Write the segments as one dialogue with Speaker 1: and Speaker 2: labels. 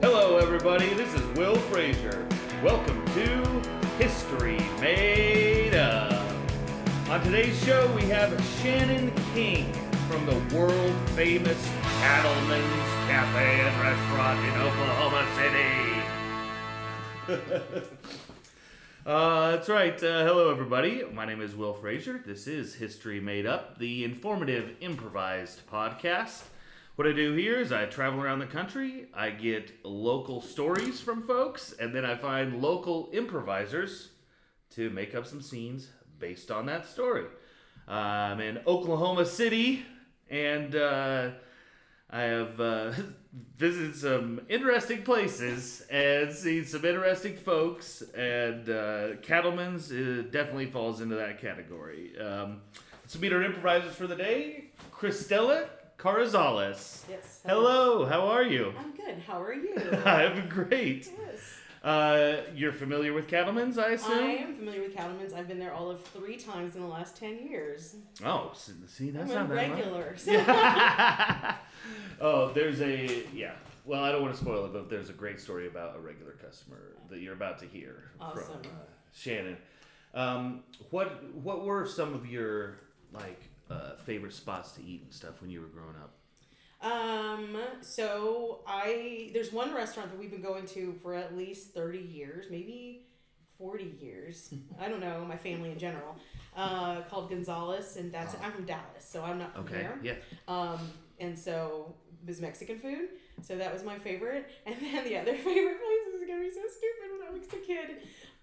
Speaker 1: Hello, everybody. This is Will Frazier. Welcome to History Made Up. On today's show, we have Shannon King from the world famous Cattleman's Cafe and Restaurant in Oklahoma City. Uh, that's right. Uh, hello, everybody. My name is Will Frazier. This is History Made Up, the informative, improvised podcast. What I do here is I travel around the country, I get local stories from folks, and then I find local improvisers to make up some scenes based on that story. Uh, I'm in Oklahoma City, and uh, I have uh, visited some interesting places and seen some interesting folks, and uh, Cattleman's uh, definitely falls into that category. Um, let's meet our improvisers for the day Christella Carrizales.
Speaker 2: Yes.
Speaker 1: Hello, how are you?
Speaker 2: I'm good. How are you?
Speaker 1: I'm great.
Speaker 2: yes.
Speaker 1: Uh, you're familiar with Cattleman's, I assume?
Speaker 2: I am familiar with Cattleman's. I've been there all of three times in the last 10 years.
Speaker 1: Oh, s- see, that's
Speaker 2: I'm
Speaker 1: not
Speaker 2: a
Speaker 1: that much.
Speaker 2: regular. so-
Speaker 1: Yeah. oh, there's a yeah. Well, I don't want to spoil it, but there's a great story about a regular customer that you're about to hear from
Speaker 2: Awesome.
Speaker 1: uh, Shannon. Um, what what were some of your like uh, favorite spots to eat and stuff when you were growing up?
Speaker 2: Um, so I there's one restaurant that we've been going to for at least 30 years, maybe 40 years. I don't know, my family in general. Uh, called Gonzalez and that's I'm from Dallas, so I'm not from
Speaker 1: Ah. Okay,
Speaker 2: here.
Speaker 1: yeah,
Speaker 2: Um, and so it was Mexican food. So that was my favorite. And then the other favorite place this is gonna be so stupid when I was a kid.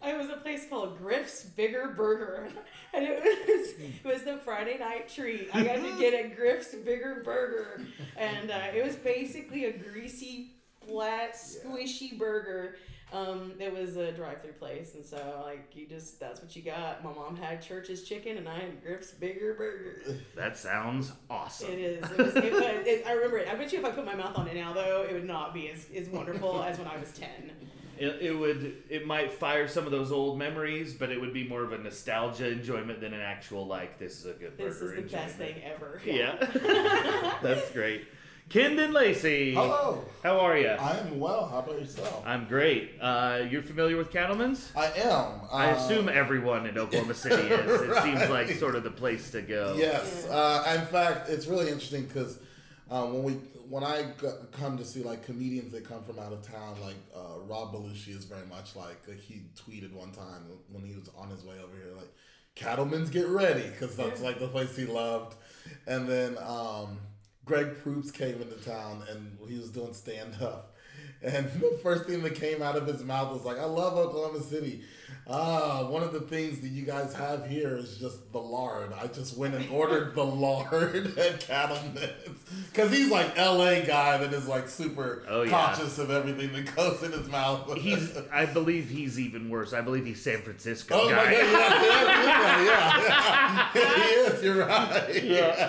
Speaker 2: It was a place called Griff's Bigger Burger. And it was it was the Friday night treat. I got to get a Griff's Bigger Burger. And uh, it was basically a greasy, flat, squishy burger. Um, it was a drive-through place, and so like you just that's what you got. My mom had Church's chicken, and I had Griff's Bigger Burger.
Speaker 1: that sounds awesome.
Speaker 2: It is. It was, it, but it, I remember it. I bet you if I put my mouth on it now, though, it would not be as, as wonderful as when I was 10.
Speaker 1: It, it would it might fire some of those old memories, but it would be more of a nostalgia enjoyment than an actual like this is a good burger.
Speaker 2: This is the best
Speaker 1: enjoyment.
Speaker 2: thing ever.
Speaker 1: Yeah, that's great. Kendon Lacey.
Speaker 3: Hello.
Speaker 1: How are you?
Speaker 3: I am well. How about yourself?
Speaker 1: I'm great. Uh, you're familiar with Cattleman's?
Speaker 3: I am.
Speaker 1: I
Speaker 3: Uh,
Speaker 1: assume everyone in Oklahoma City is. It seems like
Speaker 3: right.
Speaker 1: sort of the place to go.
Speaker 3: Yes. Uh, in fact, it's really interesting because um, when we when I g- come to see like comedians that come from out of town, like uh, Rob Belushi is very much like, like, he tweeted one time when he was on his way over here, like "Cattlemen's get ready" because that's like the place he loved, and then. Um, Greg Proops came into town and he was doing stand up. And the first thing that came out of his mouth was like, I love Oklahoma City. Ah, one of the things that you guys have here is just the lard. I just went and ordered the lard at Cattleman's. Because he's like LA guy that is like super
Speaker 1: Oh, yeah.
Speaker 3: conscious of everything that goes in his mouth.
Speaker 1: He's. I believe he's even worse. I believe he's San Francisco
Speaker 3: Oh my
Speaker 1: guy.
Speaker 3: god, yes, yes, yes, yeah, yeah. he is, you're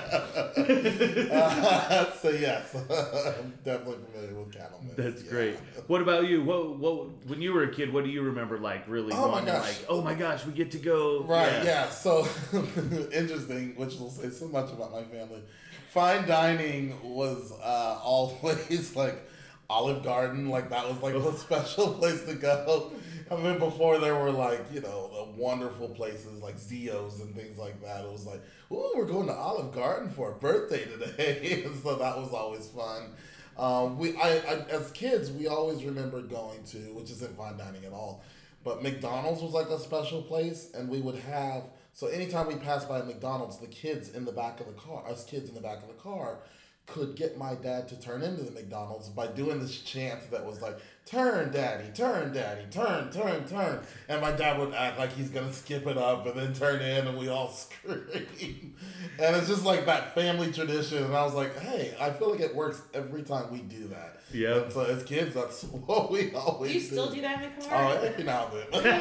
Speaker 3: right. Uh, so yes, I'm definitely familiar with cattlemen.
Speaker 1: That's
Speaker 3: yeah.
Speaker 1: great. What about you? What what when you were a kid? What do you remember like really?
Speaker 3: Oh my
Speaker 1: wanting,
Speaker 3: gosh.
Speaker 1: Like oh my gosh, we get to go.
Speaker 3: Right, yeah. So interesting, which will say so much about my family. Fine dining was uh, always like Olive Garden, like that was like the special place to go. I mean, before there were like you know the wonderful places like Zio's and things like that. It was like, oh, we're going to Olive Garden for a birthday today, and so that was always fun. Um, we, I, I, as kids, we always remember going to, which isn't fine dining at all, but McDonald's was like a special place, and we would have. So anytime we passed by McDonald's, the kids in the back of the car, us kids in the back of the car, could get my dad to turn into the McDonald's by doing this chant that was like, "Turn, daddy, turn, daddy, turn, turn, turn," and my dad would act like he's gonna skip it up and then turn in, and we all scream. and it's just like that family tradition, and I was like, "Hey, I feel like it works every time we do that."
Speaker 1: Yeah.
Speaker 3: And so as kids, that's what we always
Speaker 2: Do you still do that in the car?
Speaker 3: Oh, every now and then.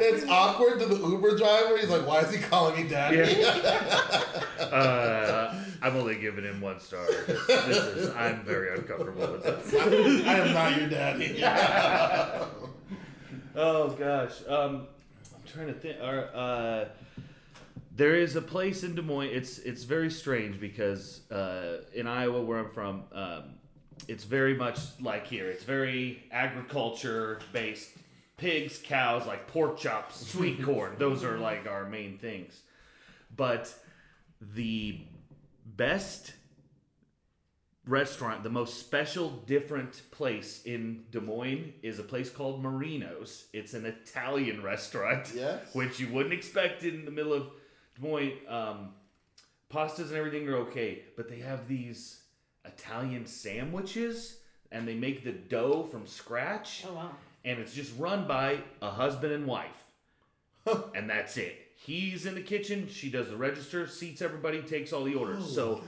Speaker 3: it's awkward to the Uber driver. He's like, why is he calling me daddy?
Speaker 1: Uh, I'm only giving him one star. This, this is. I'm very uncomfortable with this.
Speaker 3: I am not your daddy.
Speaker 1: Oh gosh, um, I'm trying to think. Or, uh, there is a place in Des Moines. It's it's very strange because uh, in Iowa, where I'm from, um, it's very much like here. It's very agriculture based. Pigs, cows, like pork chops, sweet corn. Those are like our main things. But the best restaurant, the most special, different place in Des Moines is a place called Marino's. It's an Italian restaurant,
Speaker 3: Yes.
Speaker 1: which you wouldn't expect in the middle of Des Moines. Um, pastas and everything are okay, but they have these Italian sandwiches, and they make the dough from scratch,
Speaker 2: Oh wow.
Speaker 1: and it's just run by a husband and wife, and that's it. He's in the kitchen, she does the register, seats everybody, takes all the orders. so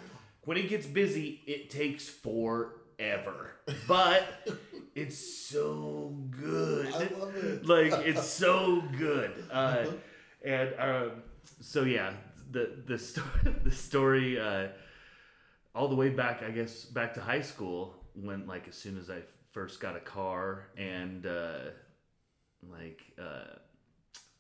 Speaker 1: when it gets busy, it takes forever, but it's so good
Speaker 3: I love it.
Speaker 1: like it's so good uh, and um, so yeah the the story the story uh, all the way back i guess back to high school when like as soon as i first got a car and uh, like uh,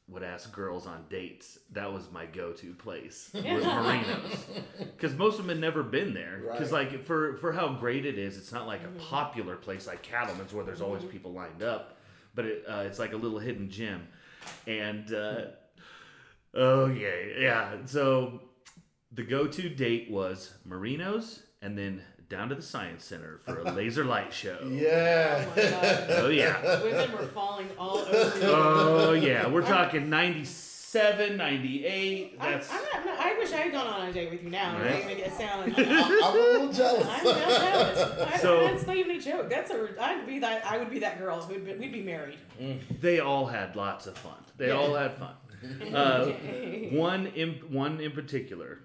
Speaker 1: would ask girls on dates that was my go-to place was marinos because most of them had never been there because
Speaker 3: Right.
Speaker 1: like for for how great it is it's not like
Speaker 2: Mm-hmm.
Speaker 1: a popular place like cattleman's where there's always people lined up but it, uh, it's like a little hidden gem and
Speaker 2: Hmm.
Speaker 1: uh, okay yeah so the go-to date was marinos and then down to the science center for a laser light show
Speaker 3: Yeah.
Speaker 2: Oh my God.
Speaker 1: oh yeah
Speaker 2: Women were falling all over. you.
Speaker 1: oh yeah we're talking 97 98
Speaker 2: I'm,
Speaker 1: that's
Speaker 2: I'm not, I'm not- i wish I had gone on a date with you now.
Speaker 1: Right.
Speaker 2: Right? You make it sound.
Speaker 3: I- I'm a little jealous.
Speaker 2: I'm not jealous. I,
Speaker 1: So-
Speaker 2: that's not even a joke. That's a. I'd be that. I would be that girl. We'd be, we'd be married.
Speaker 1: they all had lots of fun they all had fun Uh, one in one in particular.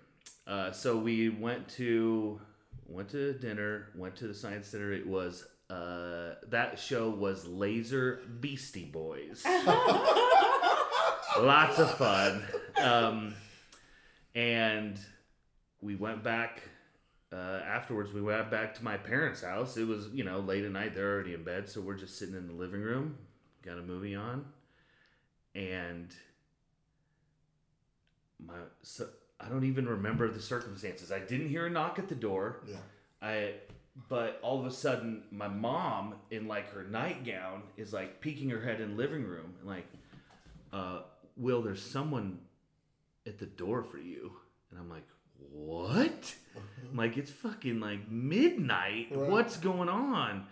Speaker 1: Uh, so we went to went to dinner, went to the science center. It was uh, that show was Laser Beastie Boys. Lots of fun. Um, and we went back uh, afterwards. We went back to my parents' house. It was you know late at night. They're already in bed, so we're just sitting in the living room. Got a movie on, and my so I don't even remember the circumstances. I didn't hear a knock at the door.
Speaker 3: Yeah.
Speaker 1: I but all of a sudden my mom in like her nightgown is like peeking her head in the living room and like uh Will there's someone at the door for you. And I'm like, "What?" I'm like it's fucking like midnight.
Speaker 3: Right.
Speaker 1: What's going on?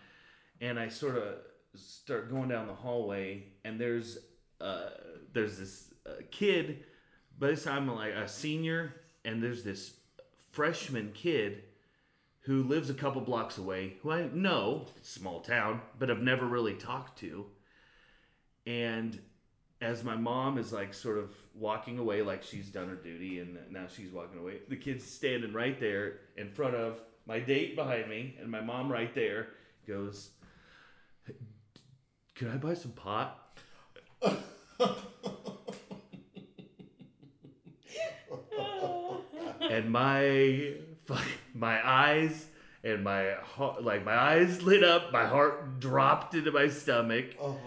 Speaker 1: And I sort of start going down the hallway and there's uh there's this uh, kid by this time I'm like a senior and there's this freshman kid who lives a couple blocks away, who I know, small town, but I've never really talked to. And as my mom is like sort of walking away, like she's done her duty and now she's walking away, the kid's standing right there in front of my date behind me and my mom right there goes, Can I buy some pot? and my my eyes and my heart like my eyes lit up my heart dropped into my stomach
Speaker 3: oh.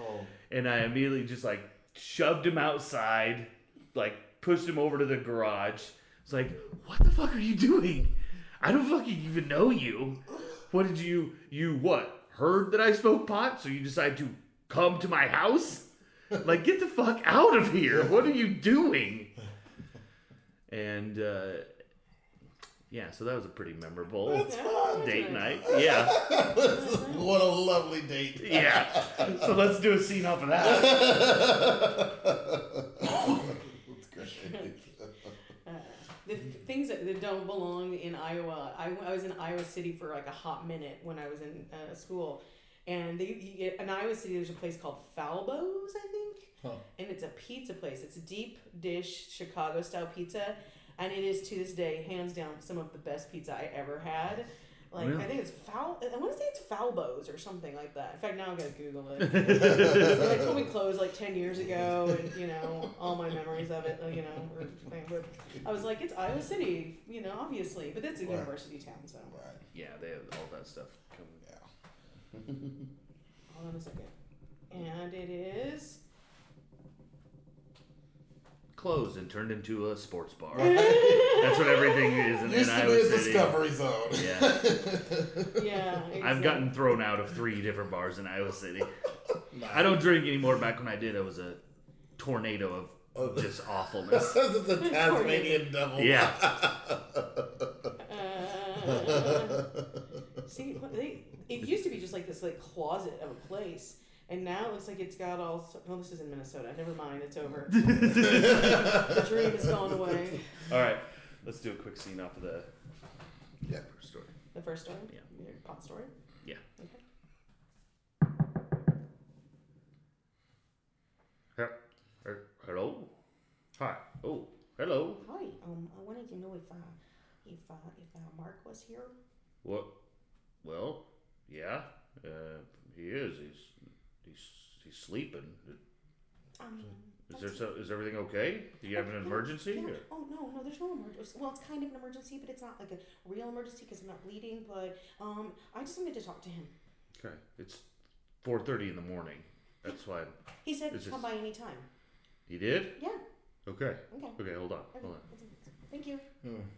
Speaker 1: and i immediately just like shoved him outside like pushed him over to the garage it's like what the fuck are you doing i don't fucking even know you what did you you what heard that i smoke pot so you decide to come to my house like get the fuck out of here what are you doing and uh yeah so that was a pretty memorable
Speaker 3: That's fun.
Speaker 1: date night. Yeah,
Speaker 3: what a lovely date.
Speaker 1: yeah. So let's do a scene off of that.
Speaker 3: That's great.
Speaker 2: Uh, the th- things that, that don't belong in Iowa. I, w- I was in Iowa City for like a hot minute when I was in uh, school, and they, you get, in Iowa City there's a place called Falbo's, I think,
Speaker 3: Huh.
Speaker 2: and it's a pizza place. It's a deep dish Chicago style pizza, and it is to this day hands down some of the best pizza I ever had. Like
Speaker 1: Really?
Speaker 2: I think it's foul. I want to say it's Falbo's or something like that. In fact, now I'm gonna Google it. So they told me clothes like 10 years ago and you know all my memories of it you know were, they were- i was like it's iowa city you know obviously but it's a
Speaker 3: Right.
Speaker 2: university town so
Speaker 3: Right.
Speaker 1: yeah, they have all that stuff. Coming.
Speaker 3: Yeah.
Speaker 2: hold on a second and it is
Speaker 1: closed and turned into a sports bar.
Speaker 3: Right?
Speaker 1: That's what everything is in, in
Speaker 3: Used to
Speaker 1: Iowa
Speaker 3: be a
Speaker 1: City.
Speaker 3: discovery zone.
Speaker 2: yeah.
Speaker 1: I've
Speaker 2: exactly.
Speaker 1: gotten thrown out of three different bars in Iowa City. I don't drink anymore. Back when I did, it was a tornado of
Speaker 3: Oh.
Speaker 1: just awfulness.
Speaker 3: it's a Tasmanian devil.
Speaker 2: Uh, see, what they, it used to be just like this like closet of a place, and now it looks like it's got all. s- Oh, this is in Minnesota. Never mind, it's over. The dream has gone away.
Speaker 1: All right, let's do a quick scene off of the
Speaker 3: Yeah.
Speaker 1: first story.
Speaker 2: The first story.
Speaker 1: Yeah.
Speaker 2: Your pot story.
Speaker 1: Yeah.
Speaker 2: Okay.
Speaker 1: He- Hello. Hi. Oh, hello.
Speaker 2: Hi. Um, I wanted to know if uh, if uh, if uh, Mark was here.
Speaker 1: What? Well, yeah. Uh, he is. He's he's he's sleeping.
Speaker 2: I mean,
Speaker 1: Is
Speaker 2: that's-
Speaker 1: there so? Is everything okay? Do you have an
Speaker 2: Oh, no,
Speaker 1: emergency?
Speaker 2: yeah.
Speaker 1: or-
Speaker 2: Oh no, no, there's no emergency. Well, it's kind of an emergency, but it's not like a real emergency because I'm not bleeding. But um, I just wanted to talk to him.
Speaker 1: Okay. It's four thirty in the morning. That's why
Speaker 2: He said
Speaker 1: It's
Speaker 2: come
Speaker 1: just-
Speaker 2: by any time.
Speaker 1: he did.
Speaker 2: Yeah.
Speaker 1: Okay.
Speaker 2: Okay.
Speaker 1: Okay. Hold on.
Speaker 2: okay.
Speaker 1: Hold on.
Speaker 2: Thank you.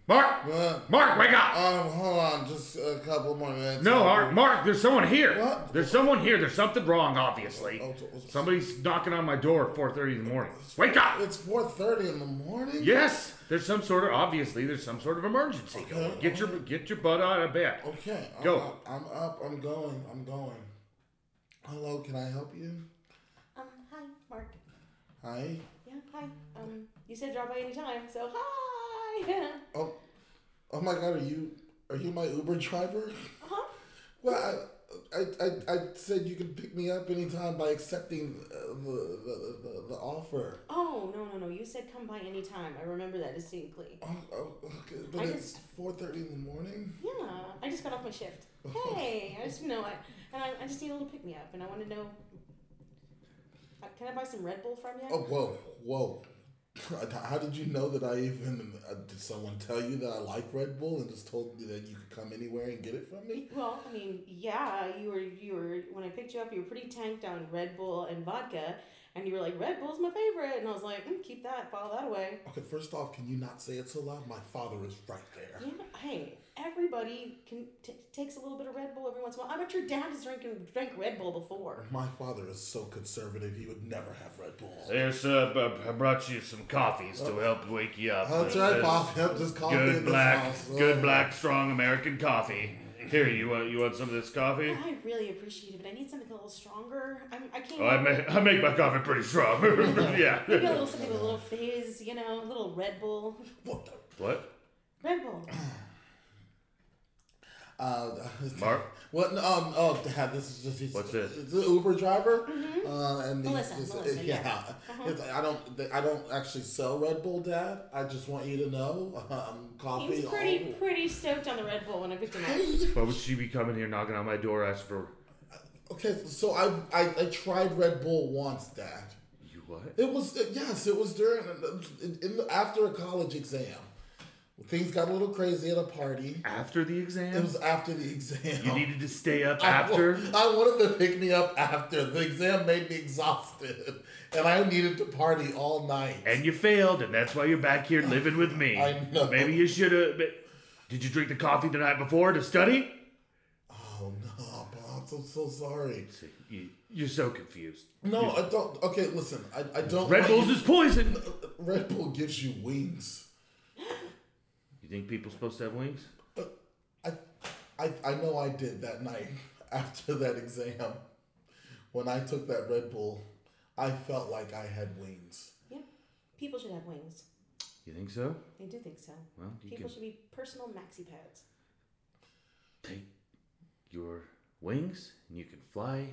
Speaker 1: Mark.
Speaker 3: Uh,
Speaker 1: Mark, wake up!
Speaker 3: um, hold on, just a couple more minutes.
Speaker 1: No, Mark, Mark, there's someone here.
Speaker 3: What?
Speaker 1: There's someone here. There's something wrong, obviously.
Speaker 3: Oh, it's- it's-
Speaker 1: Somebody's knocking on my door at 4:30 in the morning. Wake up!
Speaker 3: It's four thirty in the morning.
Speaker 1: Yes, there's some sort of obviously there's some sort of emergency going. Get your get your butt out of bed.
Speaker 3: Okay. I'm
Speaker 1: Go.
Speaker 3: Up, I'm up. I'm going. I'm going. Hello. Can I help you?
Speaker 2: Um, hi, Mark.
Speaker 3: Hi.
Speaker 2: Yeah, hi. Um, you said drop by any time, so hi.
Speaker 3: Oh, oh my God. Are you are you my Uber driver?
Speaker 2: huh?
Speaker 3: Well, I, I, I, I said you could pick me up anytime by accepting uh, the, the, the, the offer.
Speaker 2: Oh no no no! You said come by any time. I remember that distinctly.
Speaker 3: Oh, oh, okay, but
Speaker 2: I
Speaker 3: it's
Speaker 2: just-
Speaker 3: four thirty in the morning.
Speaker 2: Yeah, I just got off my shift. Hey, I just you know I and I, I just need a little pick me up, and I want to know. uh, Can I buy some Red Bull from you?
Speaker 3: Oh, whoa, whoa. How did you know that I even uh, did? Someone tell you that I like Red Bull and just told me that you could come anywhere and get it from me?
Speaker 2: Well, I mean, yeah, you were you were when I picked you up, you were pretty tanked on Red Bull and vodka, and you were like, Red Bull's my favorite, and I was like, mm, keep that, file that away.
Speaker 3: Okay, first off, can you not say it so loud? My father is right there.
Speaker 2: Yeah, hey, everybody can t- takes a little bit of Red Bull every once in a while. I bet your dad has drinking drank Red Bull before.
Speaker 3: My father is so conservative; he would never have Red Bull.
Speaker 1: There's uh, b- I brought you some coffees to help wake you up.
Speaker 3: Oh, that's
Speaker 1: It
Speaker 3: right,
Speaker 1: says,
Speaker 3: Pop. Yep, just coffee in
Speaker 1: Good
Speaker 3: this
Speaker 1: black,
Speaker 3: house.
Speaker 1: good
Speaker 3: Oh.
Speaker 1: black, strong American coffee. Here, you want you want some of this coffee?
Speaker 2: I really appreciate it, but I need something a little stronger. I'm, I can't.
Speaker 1: Oh, I make I make my coffee pretty strong.
Speaker 2: Maybe a
Speaker 1: yeah.
Speaker 2: little something with a little fizz, you know, a little Red Bull.
Speaker 3: What the
Speaker 1: What?
Speaker 2: Red Bull.
Speaker 3: Uh,
Speaker 1: Mark?
Speaker 3: What? No, um, oh, Dad, this is just. He's,
Speaker 1: What's this?
Speaker 3: It's an Uber driver. Uh,
Speaker 2: Mm-hmm.
Speaker 3: and he's
Speaker 2: Melissa,
Speaker 3: just-
Speaker 2: Melissa,
Speaker 3: yeah.
Speaker 2: yeah. Uh-huh.
Speaker 3: It's- I don't. th- I don't actually sell Red Bull, Dad. I just want you to know, um,
Speaker 2: He
Speaker 3: coffee. Oh.
Speaker 2: was pretty
Speaker 3: all-
Speaker 2: pretty stoked on the Red Bull when I picked him up.
Speaker 3: Hey!
Speaker 1: Why would she be coming here knocking on my door asking for
Speaker 3: Okay, so I, I I tried Red Bull once, Dad.
Speaker 1: you what?
Speaker 3: It was it- yes, it was during uh, in, in the, after a college exam. Things got a little crazy at a party.
Speaker 1: After the
Speaker 3: It
Speaker 1: exam?
Speaker 3: was after the exam.
Speaker 1: You needed to stay up
Speaker 3: I wa-
Speaker 1: after?
Speaker 3: I wanted to pick me up after. The exam made me exhausted, and I needed to party all night.
Speaker 1: And you failed, and that's why you're back here living with me.
Speaker 3: I know.
Speaker 1: Maybe you should have. Did you drink the coffee the night before to study?
Speaker 3: oh no, Bob! I'm so sorry.
Speaker 1: See, You, you're so confused.
Speaker 3: No, I don't. Okay, listen, I, I don't.
Speaker 1: Red
Speaker 3: want
Speaker 1: Bulls
Speaker 3: you-
Speaker 1: is poison!
Speaker 3: Red Bull gives you wings.
Speaker 1: You think people supposed to have wings?
Speaker 3: I, I, I know I did that night after that exam. When I took that Red Bull, I felt like I had wings.
Speaker 2: Yeah, people should have wings.
Speaker 1: You think so?
Speaker 2: I do think so.
Speaker 1: Well, you
Speaker 2: People
Speaker 1: can
Speaker 2: should be personal maxi pads.
Speaker 1: take your wings and you can fly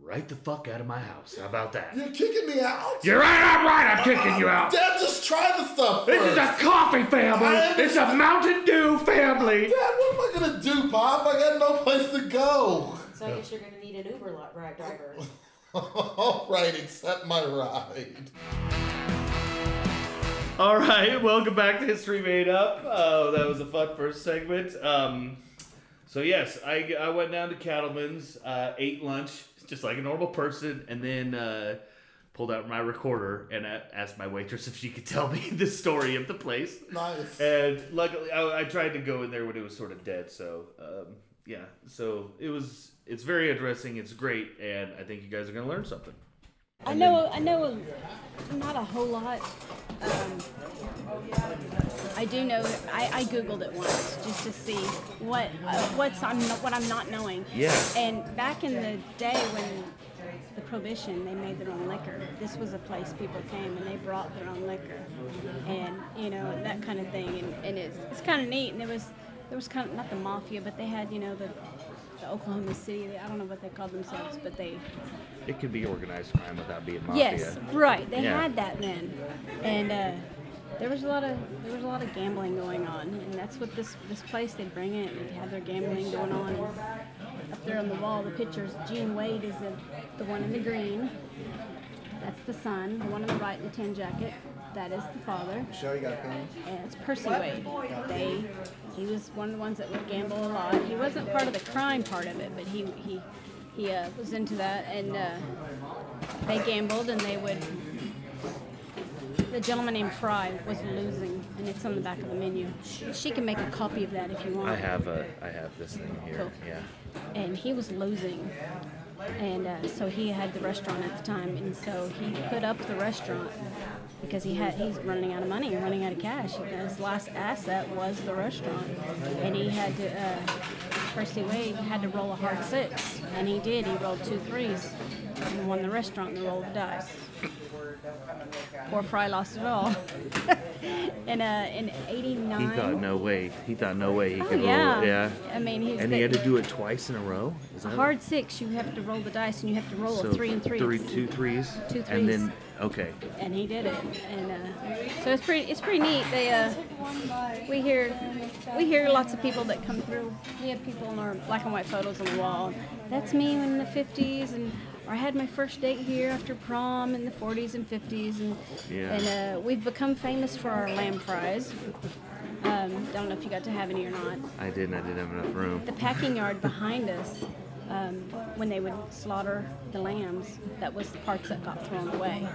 Speaker 1: right the fuck out of my house. How about that?
Speaker 3: You're kicking me out.
Speaker 1: You're right, I'm right, I'm kicking you out!
Speaker 3: Dad, just try the stuff.
Speaker 1: This
Speaker 3: first.
Speaker 1: is a coffee family!
Speaker 3: I
Speaker 1: It's a Mountain Dew family!
Speaker 3: Dad, what am I gonna do, Bob? I got no place to go.
Speaker 2: So I guess you're gonna need an Uber lot ride driver.
Speaker 3: All right, accept my ride.
Speaker 1: All right, welcome back to History Made Up. Oh, that was a fun first segment. Um, so yes, I, I went down to Cattleman's, uh, ate lunch just like a normal person, and then uh, pulled out my recorder and I asked my waitress if she could tell me the story of the place.
Speaker 3: Nice.
Speaker 1: And luckily, I, I tried to go in there when it was sort of dead. So um, yeah, so it was. It's very interesting. It's great, and I think you guys are gonna learn something.
Speaker 4: I know, I know, not a whole lot. Um, I do know. I, I googled it once just to see what uh, what's I'm what I'm not knowing.
Speaker 1: Yeah.
Speaker 4: And back in the day when the prohibition, they made their own liquor. This was a place people came and they brought their own liquor, and you know that kind of thing. And, and it's it's kind of neat. And there was there was kind of not the mafia, but they had you know the the Oklahoma City. I don't know what they called themselves, but they
Speaker 1: It could be organized crime without being mafia.
Speaker 4: Yes, right. They
Speaker 1: Yeah.
Speaker 4: had that then, and uh, there was a lot of there was a lot of gambling going on, and that's what this this place they'd bring in. They'd have their gambling going on up there on the wall. The pictures. Gene Wade is the the one in the green. That's the son. The one on the right in the tin jacket. That is the father.
Speaker 5: Show you got a pen?
Speaker 4: And it's Percy Wade. They, he was one of the ones that would gamble a lot. He wasn't part of the crime part of it, but he he he uh, was into that, and uh, they gambled, and they would. The gentleman named Fry was losing, and it's on the back of the menu. She can make a copy of that if you want.
Speaker 1: I have a. I have this thing here.
Speaker 4: Cool.
Speaker 1: Yeah.
Speaker 4: And he was losing, and uh, so he had the restaurant at the time, and so he put up the restaurant because he had he's running out of money, running out of cash. His last asset was the restaurant, and he had to. Uh, Percy Wade had to roll a hard six, and he did. He rolled two threes and won the restaurant and the roll of the dice. Poor Fry lost it all. in uh, in '89.
Speaker 1: He thought no way. He thought no way he
Speaker 4: Oh
Speaker 1: could
Speaker 4: yeah.
Speaker 1: roll. it. Yeah.
Speaker 4: I mean, he's
Speaker 1: And he had to
Speaker 4: the-
Speaker 1: do it twice in a row. Is that
Speaker 4: Hard six, you have to roll the dice, and you have to roll
Speaker 1: So
Speaker 4: a three and three.
Speaker 1: Three, two threes.
Speaker 4: Two
Speaker 1: And then
Speaker 4: threes.
Speaker 1: okay.
Speaker 4: And he did it, and uh, so it's pretty. It's pretty neat. They uh, we hear we hear lots of people that come through. We had people in our black and white photos on the wall. That's me in the '50s, and or I had my first date here after prom in the '40s and '50s, and
Speaker 1: Yeah.
Speaker 4: and uh, we've become famous for our lamb fries. Um, don't know if you got to have any or not.
Speaker 1: I didn't. I didn't have enough room.
Speaker 4: the packing yard behind us, um, when they would slaughter the lambs, that was the parts that got thrown away.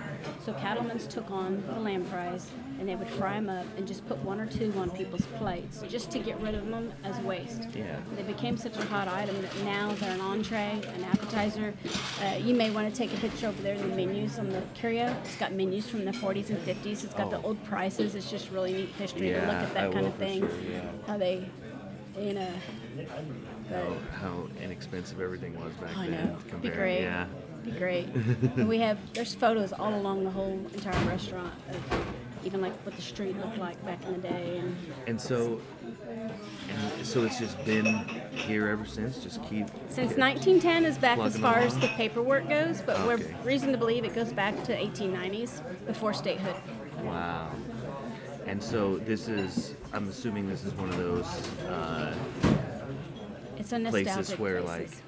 Speaker 4: So cattlemen's took on the lamb fries, and they would fry them up and just put one or two on people's plates just to get rid of them as waste.
Speaker 1: Yeah.
Speaker 4: They became such a hot item that now they're an entree, an appetizer. Uh, you may want to take a picture over there. The menus on the curio, it's got menus from the 40s and 50s. It's got the
Speaker 1: Oh.
Speaker 4: old prices. It's just really neat history to look
Speaker 1: Yeah,
Speaker 4: at that
Speaker 1: I
Speaker 4: kind
Speaker 1: will
Speaker 4: of
Speaker 1: for
Speaker 4: thing.
Speaker 1: sure, yeah.
Speaker 4: How they, you know.
Speaker 1: How, how inexpensive everything was back
Speaker 4: I
Speaker 1: then.
Speaker 4: know. Be
Speaker 1: compared-
Speaker 4: great.
Speaker 1: Yeah.
Speaker 4: Be great. and we have there's photos all along the whole entire restaurant of even like what the street looked like back in the day and
Speaker 1: And so, and so it's just been here ever since. Just keep.
Speaker 4: since
Speaker 1: keep-
Speaker 4: 1910 is back as
Speaker 1: Plugging
Speaker 4: far as
Speaker 1: along.
Speaker 4: the paperwork goes, but
Speaker 1: Okay.
Speaker 4: we're reason to believe it goes back to 1890s before statehood.
Speaker 1: Wow. And so this is. I'm assuming this is one of those uh,
Speaker 4: It's a nostalgic
Speaker 1: places where
Speaker 4: places.
Speaker 1: like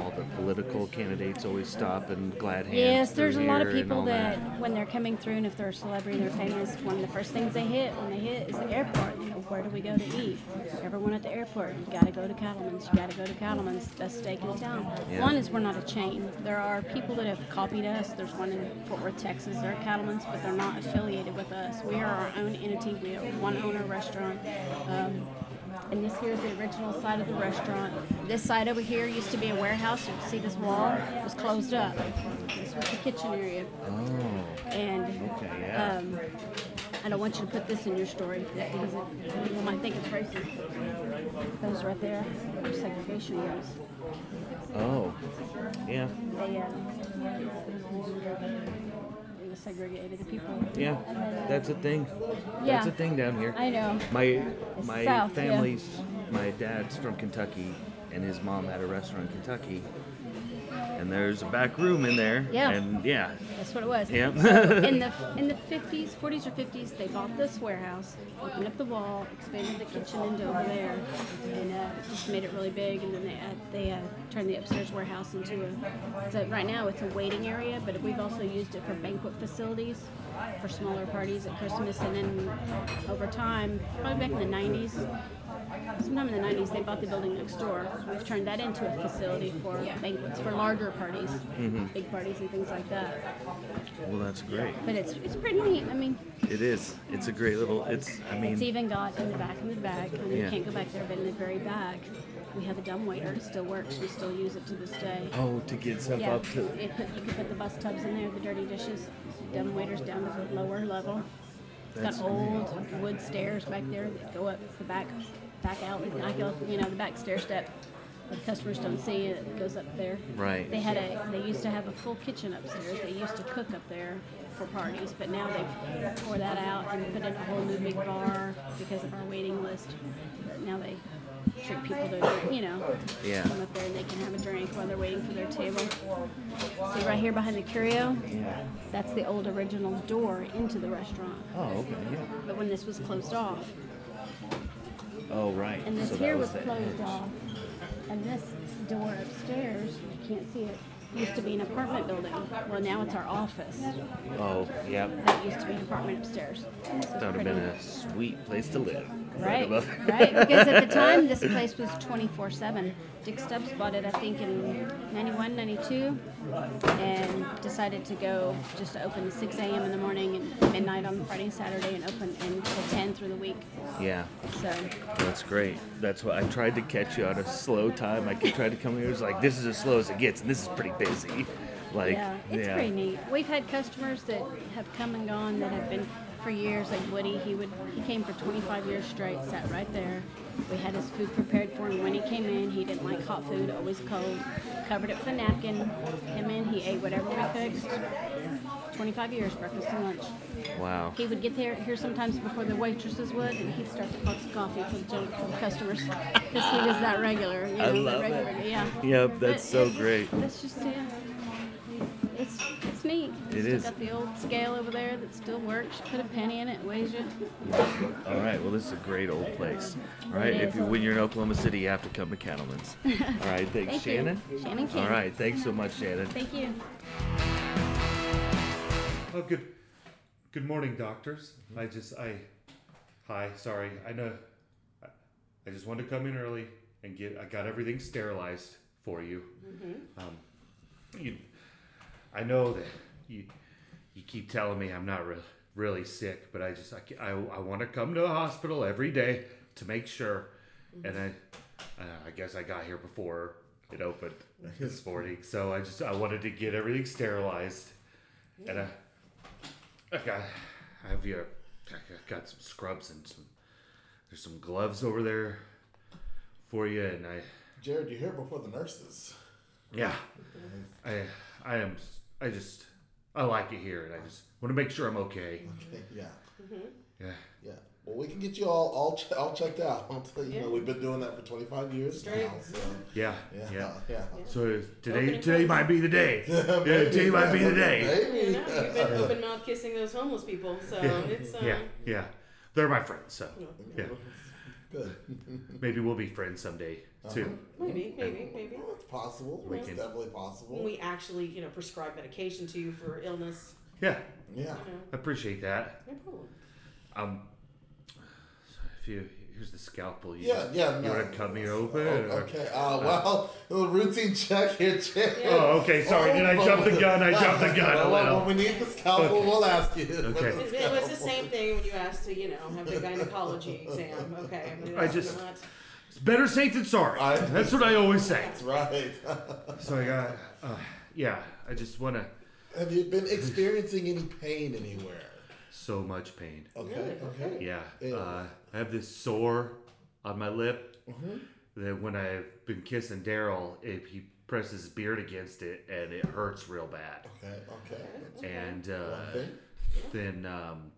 Speaker 1: all the political candidates always stop and glad hands.
Speaker 4: Yes, there's a
Speaker 1: through
Speaker 4: lot of
Speaker 1: here and
Speaker 4: people
Speaker 1: all
Speaker 4: that, when they're coming through and if they're a celebrity, they're famous, one of the first things they hit when they hit is the airport. You know, where do we go to eat? Everyone at the airport, you gotta go to Cattleman's, you gotta go to Cattleman's, best steak in town.
Speaker 1: Yeah.
Speaker 4: One is we're not a chain. There are people that have copied us. There's one in Fort Worth, Texas, they're at Cattleman's, but they're not affiliated with us. We are our own entity, we are one owner restaurant. Um, and this here is the original side of the restaurant. This side over here used to be a warehouse. You can see this wall it was closed up. This was the kitchen area.
Speaker 1: Oh.
Speaker 4: And
Speaker 1: Okay. Yeah.
Speaker 4: um, I don't want you to put this in your story because it, people might think it's racist. Those right there are segregation rules.
Speaker 1: oh. Yeah.
Speaker 4: They, uh, they segregated the people.
Speaker 1: Yeah. That's a thing.
Speaker 4: Yeah.
Speaker 1: That's a thing down here.
Speaker 4: I know.
Speaker 1: My
Speaker 4: It's
Speaker 1: my
Speaker 4: south, yeah.
Speaker 1: family's my dad's from Kentucky and his mom had a restaurant in Kentucky. And there's a back room in there.
Speaker 4: Yeah.
Speaker 1: And yeah.
Speaker 4: That's what it was.
Speaker 1: Yeah.
Speaker 4: So in the in the fifties, forties or fifties, they bought this warehouse, opened up the wall, expanded the kitchen into over there, and uh, just made it really big. And then they uh, they uh, turned the upstairs warehouse into a. So right now it's a waiting area, but we've also used it for banquet facilities, for smaller parties at Christmas, and then over time, probably back in the nineties, sometime in the 90s, they bought the building next door. We've turned that into a facility for banquets, for larger parties, big parties and things like that.
Speaker 6: Well, that's great.
Speaker 4: But it's, it's pretty neat. I mean,
Speaker 6: It is. It's a great little. It's. I
Speaker 4: it's
Speaker 6: mean,
Speaker 4: even got in the back of the back. I mean,
Speaker 6: Yeah.
Speaker 4: you can't go back there, but in the very back, we have a dumb waiter. It still works. We still use it to this day.
Speaker 6: oh, to get stuff
Speaker 4: Yeah,
Speaker 6: up to.
Speaker 4: it put, you could put the bus tubs in there, the dirty dishes, dumb waiters down to the lower level. It's
Speaker 6: That's
Speaker 4: got old wood stairs back there that go up the back, back out, I go, you know, the back stair step. The customers don't see it, it goes up there.
Speaker 6: Right.
Speaker 4: They had a, they used to have a full kitchen upstairs. They used to cook up there for parties, but now they've tore that out and put in a whole new big bar because of our waiting list. Now they trick people to, you know,
Speaker 6: Yeah.
Speaker 4: come up there and they can have a drink while they're waiting for their table. So right here behind the curio,
Speaker 6: Yeah.
Speaker 4: that's the old original door into the restaurant.
Speaker 6: Oh, okay. Yeah.
Speaker 4: But when this was closed off,
Speaker 6: Oh, right.
Speaker 4: and this
Speaker 6: so
Speaker 4: here
Speaker 6: that
Speaker 4: was
Speaker 6: the
Speaker 4: closed
Speaker 6: edge.
Speaker 4: off, and this door upstairs, you can't see it, used to be an apartment building. Well, now it's our office.
Speaker 6: Oh, yeah.
Speaker 4: That used to be an apartment upstairs. So it's
Speaker 6: That would have
Speaker 4: pretty-
Speaker 6: been a sweet place to live.
Speaker 4: Right,
Speaker 6: above-
Speaker 4: right. Because at the time, this place was 24 7. Dick Stubbs bought it, I think, in 91, 92, and decided to go just to open 6 a.m. in the morning and midnight on Friday and Saturday and open until 10 through the week.
Speaker 6: Yeah.
Speaker 4: So,
Speaker 6: That's great. That's what I tried to catch you on a slow time. I could try to come here. It's like this is as slow as it gets, and this is pretty busy. Like
Speaker 4: yeah, it's
Speaker 6: yeah.
Speaker 4: pretty neat. We've had customers that have come and gone that have been for years, like Woody. He would he came for 25 years straight, sat right there. We had his food prepared for him when he came in. He didn't like hot food, always cold. Covered it with a napkin. Came in, he ate whatever we cooked. 25 years, breakfast and lunch.
Speaker 6: Wow.
Speaker 4: He would get there here sometimes before the waitresses would, and he'd start to box coffee for the, gen- for the customers because he was that regular. You know,
Speaker 6: I
Speaker 4: that
Speaker 6: love that.
Speaker 4: regular, Yeah.
Speaker 6: Yep,
Speaker 4: But
Speaker 6: that's so
Speaker 4: it-
Speaker 6: great.
Speaker 4: That's just yeah. It's it's neat.
Speaker 6: It
Speaker 4: Still
Speaker 6: is.
Speaker 4: Got the old scale over there that still works. Put a penny in it, weighs you.
Speaker 6: All right. Well, this is a great old place. All right.
Speaker 4: It
Speaker 6: If
Speaker 4: is.
Speaker 6: you when you're in Oklahoma City, you have to come to Cattleman's. All right. Thanks,
Speaker 4: Thank
Speaker 6: Shannon.
Speaker 4: you, Shannon. King.
Speaker 6: All right. Thanks so much, Shannon.
Speaker 4: Thank you.
Speaker 1: Oh, good. Good morning, doctors. I just, I, hi, sorry. I know. I- I just wanted to come in early and get. I got everything sterilized for you. Um, you I know that you, you keep telling me I'm not re- really sick, but I just, I, ca- I, I want to come to the hospital every day to make sure. And I, uh, I guess I got here before it opened this morning, so I just, I wanted to get everything sterilized, and I. I got, I have your, I got- got some scrubs and some, there's some gloves over there for you, and I,
Speaker 3: Jared, you're here before the nurses.
Speaker 1: yeah, I, I am, s- I just, I like it here, and I just want to make sure I'm okay.
Speaker 3: Okay, yeah.
Speaker 1: Yeah,
Speaker 3: Yeah. Well, we can get you all all, che- all checked out. I'll tell you, you know,
Speaker 2: Yeah.
Speaker 3: we've been doing that for 25 years now. So,
Speaker 1: yeah,
Speaker 3: yeah,
Speaker 1: yeah.
Speaker 3: yeah. yeah.
Speaker 1: So
Speaker 2: Open
Speaker 1: today,
Speaker 2: it
Speaker 1: today
Speaker 2: up.
Speaker 1: might be the day. yeah,
Speaker 3: Maybe,
Speaker 1: today might be the day.
Speaker 2: You
Speaker 3: Maybe.
Speaker 2: know, you've been open mouth kissing those homeless people, so it's um,
Speaker 1: Yeah, yeah. They're my friends, so yeah.
Speaker 3: Good.
Speaker 1: Maybe we'll be friends someday
Speaker 3: Uh-huh.
Speaker 1: too.
Speaker 2: maybe, maybe, maybe.
Speaker 3: Well, it's possible.
Speaker 1: We
Speaker 3: it's
Speaker 1: can-
Speaker 3: definitely possible.
Speaker 2: When we actually, you know, prescribe medication to you for illness,
Speaker 1: Yeah,
Speaker 3: yeah.
Speaker 2: you know,
Speaker 1: I appreciate that.
Speaker 2: no problem.
Speaker 1: Um, if you here's the scalpel. You
Speaker 3: Yeah,
Speaker 1: just-
Speaker 3: yeah.
Speaker 1: You
Speaker 3: no.
Speaker 1: want to cut me open?
Speaker 3: Oh,
Speaker 1: or-
Speaker 3: okay. Uh, well, the routine check here, Jared.
Speaker 1: Oh, okay. Sorry, did I jump the gun? I jumped the gun a
Speaker 3: Well,
Speaker 1: little.
Speaker 3: Oh, When we need the scalpel, we'll ask you.
Speaker 1: Okay.
Speaker 2: It, it was the same thing when you asked to, you know, have the gynecology exam. Okay, I, mean,
Speaker 1: I
Speaker 2: that's
Speaker 1: just-
Speaker 2: not-
Speaker 1: It's better safe than sorry.
Speaker 3: I-
Speaker 1: That's what I always say.
Speaker 3: That's right.
Speaker 1: So I got, uh, yeah. I just want to
Speaker 3: Have you been experiencing any pain anywhere?
Speaker 1: so much pain.
Speaker 3: Okay.
Speaker 2: Really?
Speaker 3: Okay.
Speaker 1: Yeah.
Speaker 3: Yeah.
Speaker 1: Uh, I have this sore on my lip
Speaker 3: Mm-hmm.
Speaker 1: that when I've been kissing Daryl, if he presses his beard against it, and it hurts real bad.
Speaker 3: Okay. Oh, Okay.
Speaker 1: And uh,
Speaker 3: Okay.
Speaker 1: then um,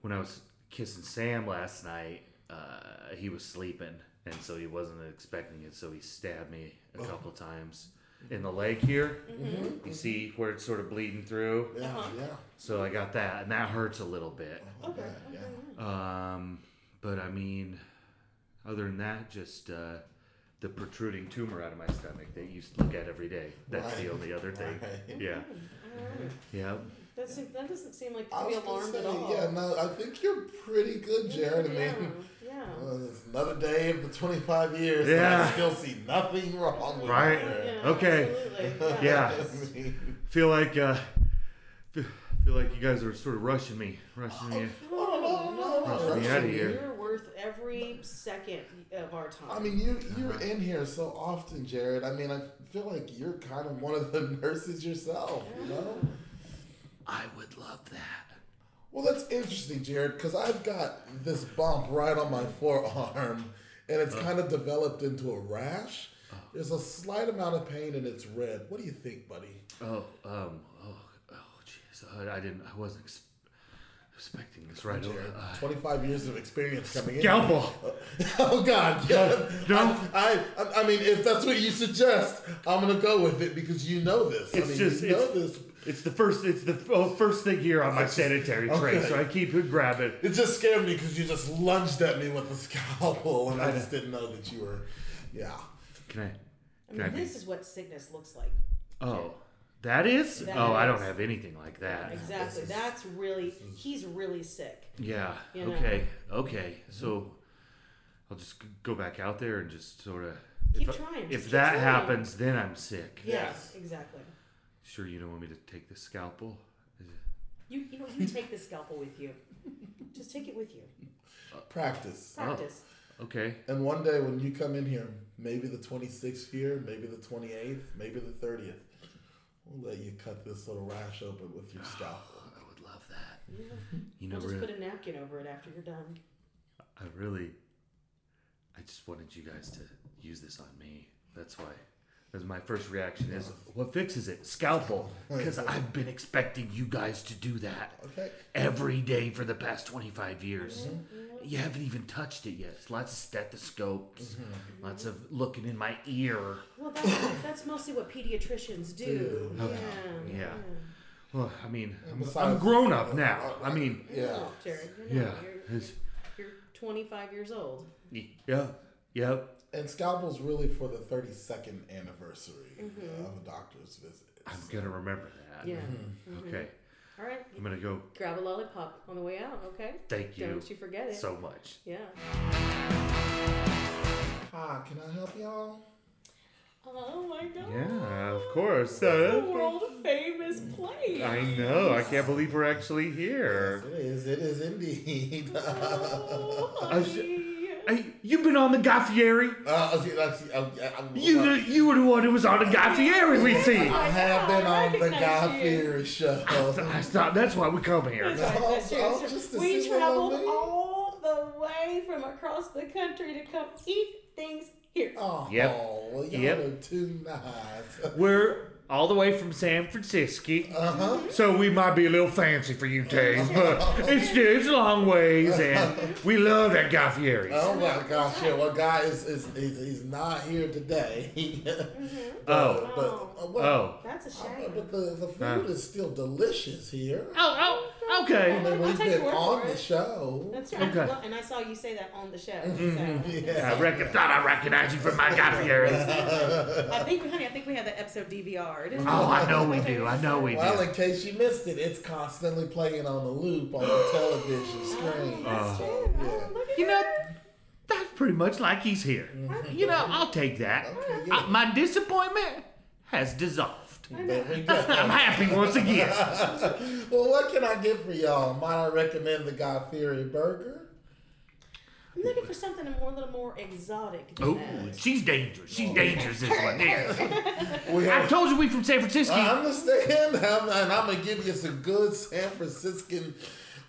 Speaker 1: when I was kissing Sam last night, uh, he was sleeping, and so he wasn't expecting it, so he stabbed me
Speaker 3: Oh.
Speaker 1: a couple times in the leg here. You see where it's sort of bleeding through.
Speaker 3: Yeah.
Speaker 2: Uh-huh.
Speaker 3: Yeah.
Speaker 1: So I got that, and that hurts a little bit.
Speaker 3: Okay. Yeah.
Speaker 1: Um, but I mean, other than that, just uh, the protruding tumor out of my stomach that you used to look at every day. That's the
Speaker 3: Right.
Speaker 1: only other thing.
Speaker 3: Right.
Speaker 1: Yeah. Yeah.
Speaker 2: that, seem, that doesn't seem like
Speaker 3: I
Speaker 2: to be
Speaker 3: was gonna
Speaker 2: alarmed
Speaker 3: say,
Speaker 2: at all.
Speaker 3: yeah, no, I think you're pretty good, Jared. I
Speaker 2: Yeah,
Speaker 3: mean, uh,
Speaker 2: yeah. know.
Speaker 3: Well, it's another day of the 25 years. Yeah. I
Speaker 1: Yeah.
Speaker 3: still see nothing wrong with
Speaker 1: Right.
Speaker 3: her.
Speaker 2: Yeah,
Speaker 1: Okay.
Speaker 2: Absolutely.
Speaker 1: Yeah.
Speaker 3: I mean,
Speaker 1: Feel like uh, f- feel like you guys are sort of rushing me, rushing me.
Speaker 7: Oh,
Speaker 3: no, no, no, no,
Speaker 1: Rush me outta here.
Speaker 2: You're worth every second of our time.
Speaker 3: I mean, you
Speaker 1: Uh-huh.
Speaker 3: you're in here so often, Jared. I mean, I feel like you're kind of one of the nurses yourself. You know.
Speaker 7: I would love that.
Speaker 3: Well, that's interesting, Jared, because I've got this bump right on my forearm, and it's kind of developed into a rash. There's a slight amount of pain, and it's red. What do you think, buddy?
Speaker 7: Oh, um, oh, oh, jeez. I, I didn't. I wasn't ex- expecting this
Speaker 1: Oh,
Speaker 7: right away.
Speaker 3: Jared,
Speaker 7: Uh,
Speaker 3: 25 years of experience coming in.
Speaker 1: Scalpel.
Speaker 3: Oh God! Yeah.
Speaker 1: No.
Speaker 3: I, I, I mean, if that's what you suggest, I'm gonna go with it because you know this. I
Speaker 1: It's
Speaker 3: mean,
Speaker 1: just-
Speaker 3: you know
Speaker 1: it's-
Speaker 3: this.
Speaker 1: It's the first. It's the oh, first thing here on my sanitary tray,
Speaker 3: okay.
Speaker 1: so I keep it, grab it.
Speaker 3: It just scared me because you just lunged at me with a scalpel, and I just didn't know that you were. Yeah.
Speaker 1: Can I?
Speaker 2: I
Speaker 1: Can I
Speaker 2: mean,
Speaker 1: be-
Speaker 2: this is what sickness looks like.
Speaker 1: Oh, that is.
Speaker 2: That
Speaker 1: oh, I don't
Speaker 2: is.
Speaker 1: have anything like that.
Speaker 2: Exactly. That's really. He's really sick.
Speaker 1: Yeah.
Speaker 2: You know.
Speaker 1: Okay. Okay. So I'll just g- go back out there and just sort of. if
Speaker 2: Keep
Speaker 1: I-
Speaker 2: trying. Just
Speaker 1: If
Speaker 2: keep
Speaker 1: that
Speaker 2: trying.
Speaker 1: happens, then I'm sick.
Speaker 2: Yes. Exactly.
Speaker 1: Sure, you don't want me to take the scalpel.
Speaker 2: You you know you take the scalpel with you. Just take it with you.
Speaker 1: Oh.
Speaker 3: Practice.
Speaker 2: Practice.
Speaker 1: Okay.
Speaker 3: And one day when you come in here, maybe the 26th year, maybe the 28th, maybe the 30th, we'll let you cut this little rash open with your scalpel.
Speaker 7: I would love that.
Speaker 2: Yeah.
Speaker 7: You know,
Speaker 2: We'll just
Speaker 7: really,
Speaker 2: put a napkin over it after you're done.
Speaker 7: I really, I just wanted you guys to use this on me. That's why. That's my first reaction is what fixes it? Scalpel. Because I've been expecting you guys to do that
Speaker 3: Okay.
Speaker 7: every day for the past 25 years. You haven't even touched it yet. It's lots of stethoscopes, lots of looking in my ear.
Speaker 2: Well, that's that's mostly what pediatricians do.
Speaker 3: Do.
Speaker 2: Yeah.
Speaker 7: Yeah.
Speaker 1: Well, I mean, I'm, I'm
Speaker 3: Besides- uh,
Speaker 1: grown up now. I mean,
Speaker 3: Yeah.
Speaker 2: No, Jared, you're
Speaker 1: yeah.
Speaker 2: not. You're,
Speaker 1: it's-
Speaker 2: you're 25 years old.
Speaker 1: yeah. Yeah.
Speaker 3: And scalpel's really for the 32nd anniversary uh, of a doctor's visit.
Speaker 1: I'm gonna remember that.
Speaker 2: Yeah. Mm-hmm.
Speaker 1: Okay.
Speaker 2: All right.
Speaker 1: I'm gonna go.
Speaker 2: Grab a lollipop on the way out. Okay.
Speaker 7: Thank you
Speaker 2: Don't you forget it.
Speaker 7: so much.
Speaker 2: yeah.
Speaker 3: Hi, Ah, can I help y'all?
Speaker 2: Oh my God.
Speaker 1: Yeah, of course.
Speaker 2: The
Speaker 1: Uh,
Speaker 2: world famous place.
Speaker 1: I know. I can't believe we're actually here.
Speaker 3: Yes, it is. It is indeed.
Speaker 2: Oh,
Speaker 1: I was-
Speaker 2: honey.
Speaker 1: Hey, you've been on the Gothieri.
Speaker 3: Uh, okay, that's- uh, yeah, I'm-
Speaker 1: You,
Speaker 3: uh,
Speaker 1: the- you were the one who was on the Gothieri we see.
Speaker 3: I have
Speaker 2: I
Speaker 3: been on the
Speaker 2: recognize
Speaker 3: Guy
Speaker 2: you.
Speaker 3: Fieri show.
Speaker 1: I thought that's why we come here.
Speaker 2: That's right,
Speaker 3: No,
Speaker 2: that's true,
Speaker 3: no,
Speaker 2: that's
Speaker 3: just
Speaker 2: true.
Speaker 3: to
Speaker 2: We
Speaker 3: see what I
Speaker 2: traveled
Speaker 3: mean.
Speaker 2: all the way from across the country to come eat things here.
Speaker 3: Oh,
Speaker 1: Yep.
Speaker 3: well, y'all
Speaker 1: Yep.
Speaker 3: are too nice.
Speaker 1: We're all the way from San Francisco, so we might be a little fancy for you, Dave. But it's it's a long ways, and we love that Gothieri.
Speaker 3: Oh my gosh, yeah. Well, guy is, is he's, he's not here today.
Speaker 1: Oh,
Speaker 3: But uh, well,
Speaker 1: oh,
Speaker 2: That's a
Speaker 3: uh,
Speaker 2: shame.
Speaker 3: but the, the food
Speaker 1: Huh.
Speaker 3: is still delicious here.
Speaker 1: oh, oh, okay.
Speaker 3: I mean,
Speaker 2: I'll
Speaker 3: we've
Speaker 2: take your
Speaker 3: been
Speaker 2: word
Speaker 3: on
Speaker 2: for
Speaker 3: the
Speaker 2: it.
Speaker 3: show.
Speaker 2: That's right.
Speaker 1: Okay.
Speaker 2: Well, and I saw you say that on the show. So.
Speaker 1: I
Speaker 3: Yeah.
Speaker 1: reckon, thought I recognized you from my Gothieri.
Speaker 2: I think, honey, I think we had that episode DVR'd.
Speaker 1: Oh, I know we do. I know we do.
Speaker 3: Well, in case you missed it, it's constantly playing on the loop on the television screen.
Speaker 1: Uh.
Speaker 3: so, yeah.
Speaker 1: Oh. You know, that's pretty much like he's here. You know, I'll take that.
Speaker 3: Okay, yeah.
Speaker 1: I- my disappointment has dissolved.
Speaker 3: There we
Speaker 1: I'm
Speaker 3: go.
Speaker 1: happy once again.
Speaker 3: well, what can I get for y'all? Might I recommend the Guy Fieri burger?
Speaker 2: I'm looking for something a, more, a little more exotic than
Speaker 1: Oh,
Speaker 2: that.
Speaker 1: she's dangerous. She's dangerous, this one. There.
Speaker 3: We have
Speaker 1: I told you we from San Francisco.
Speaker 3: I understand, I'm, and I'm gonna give you some good San Franciscan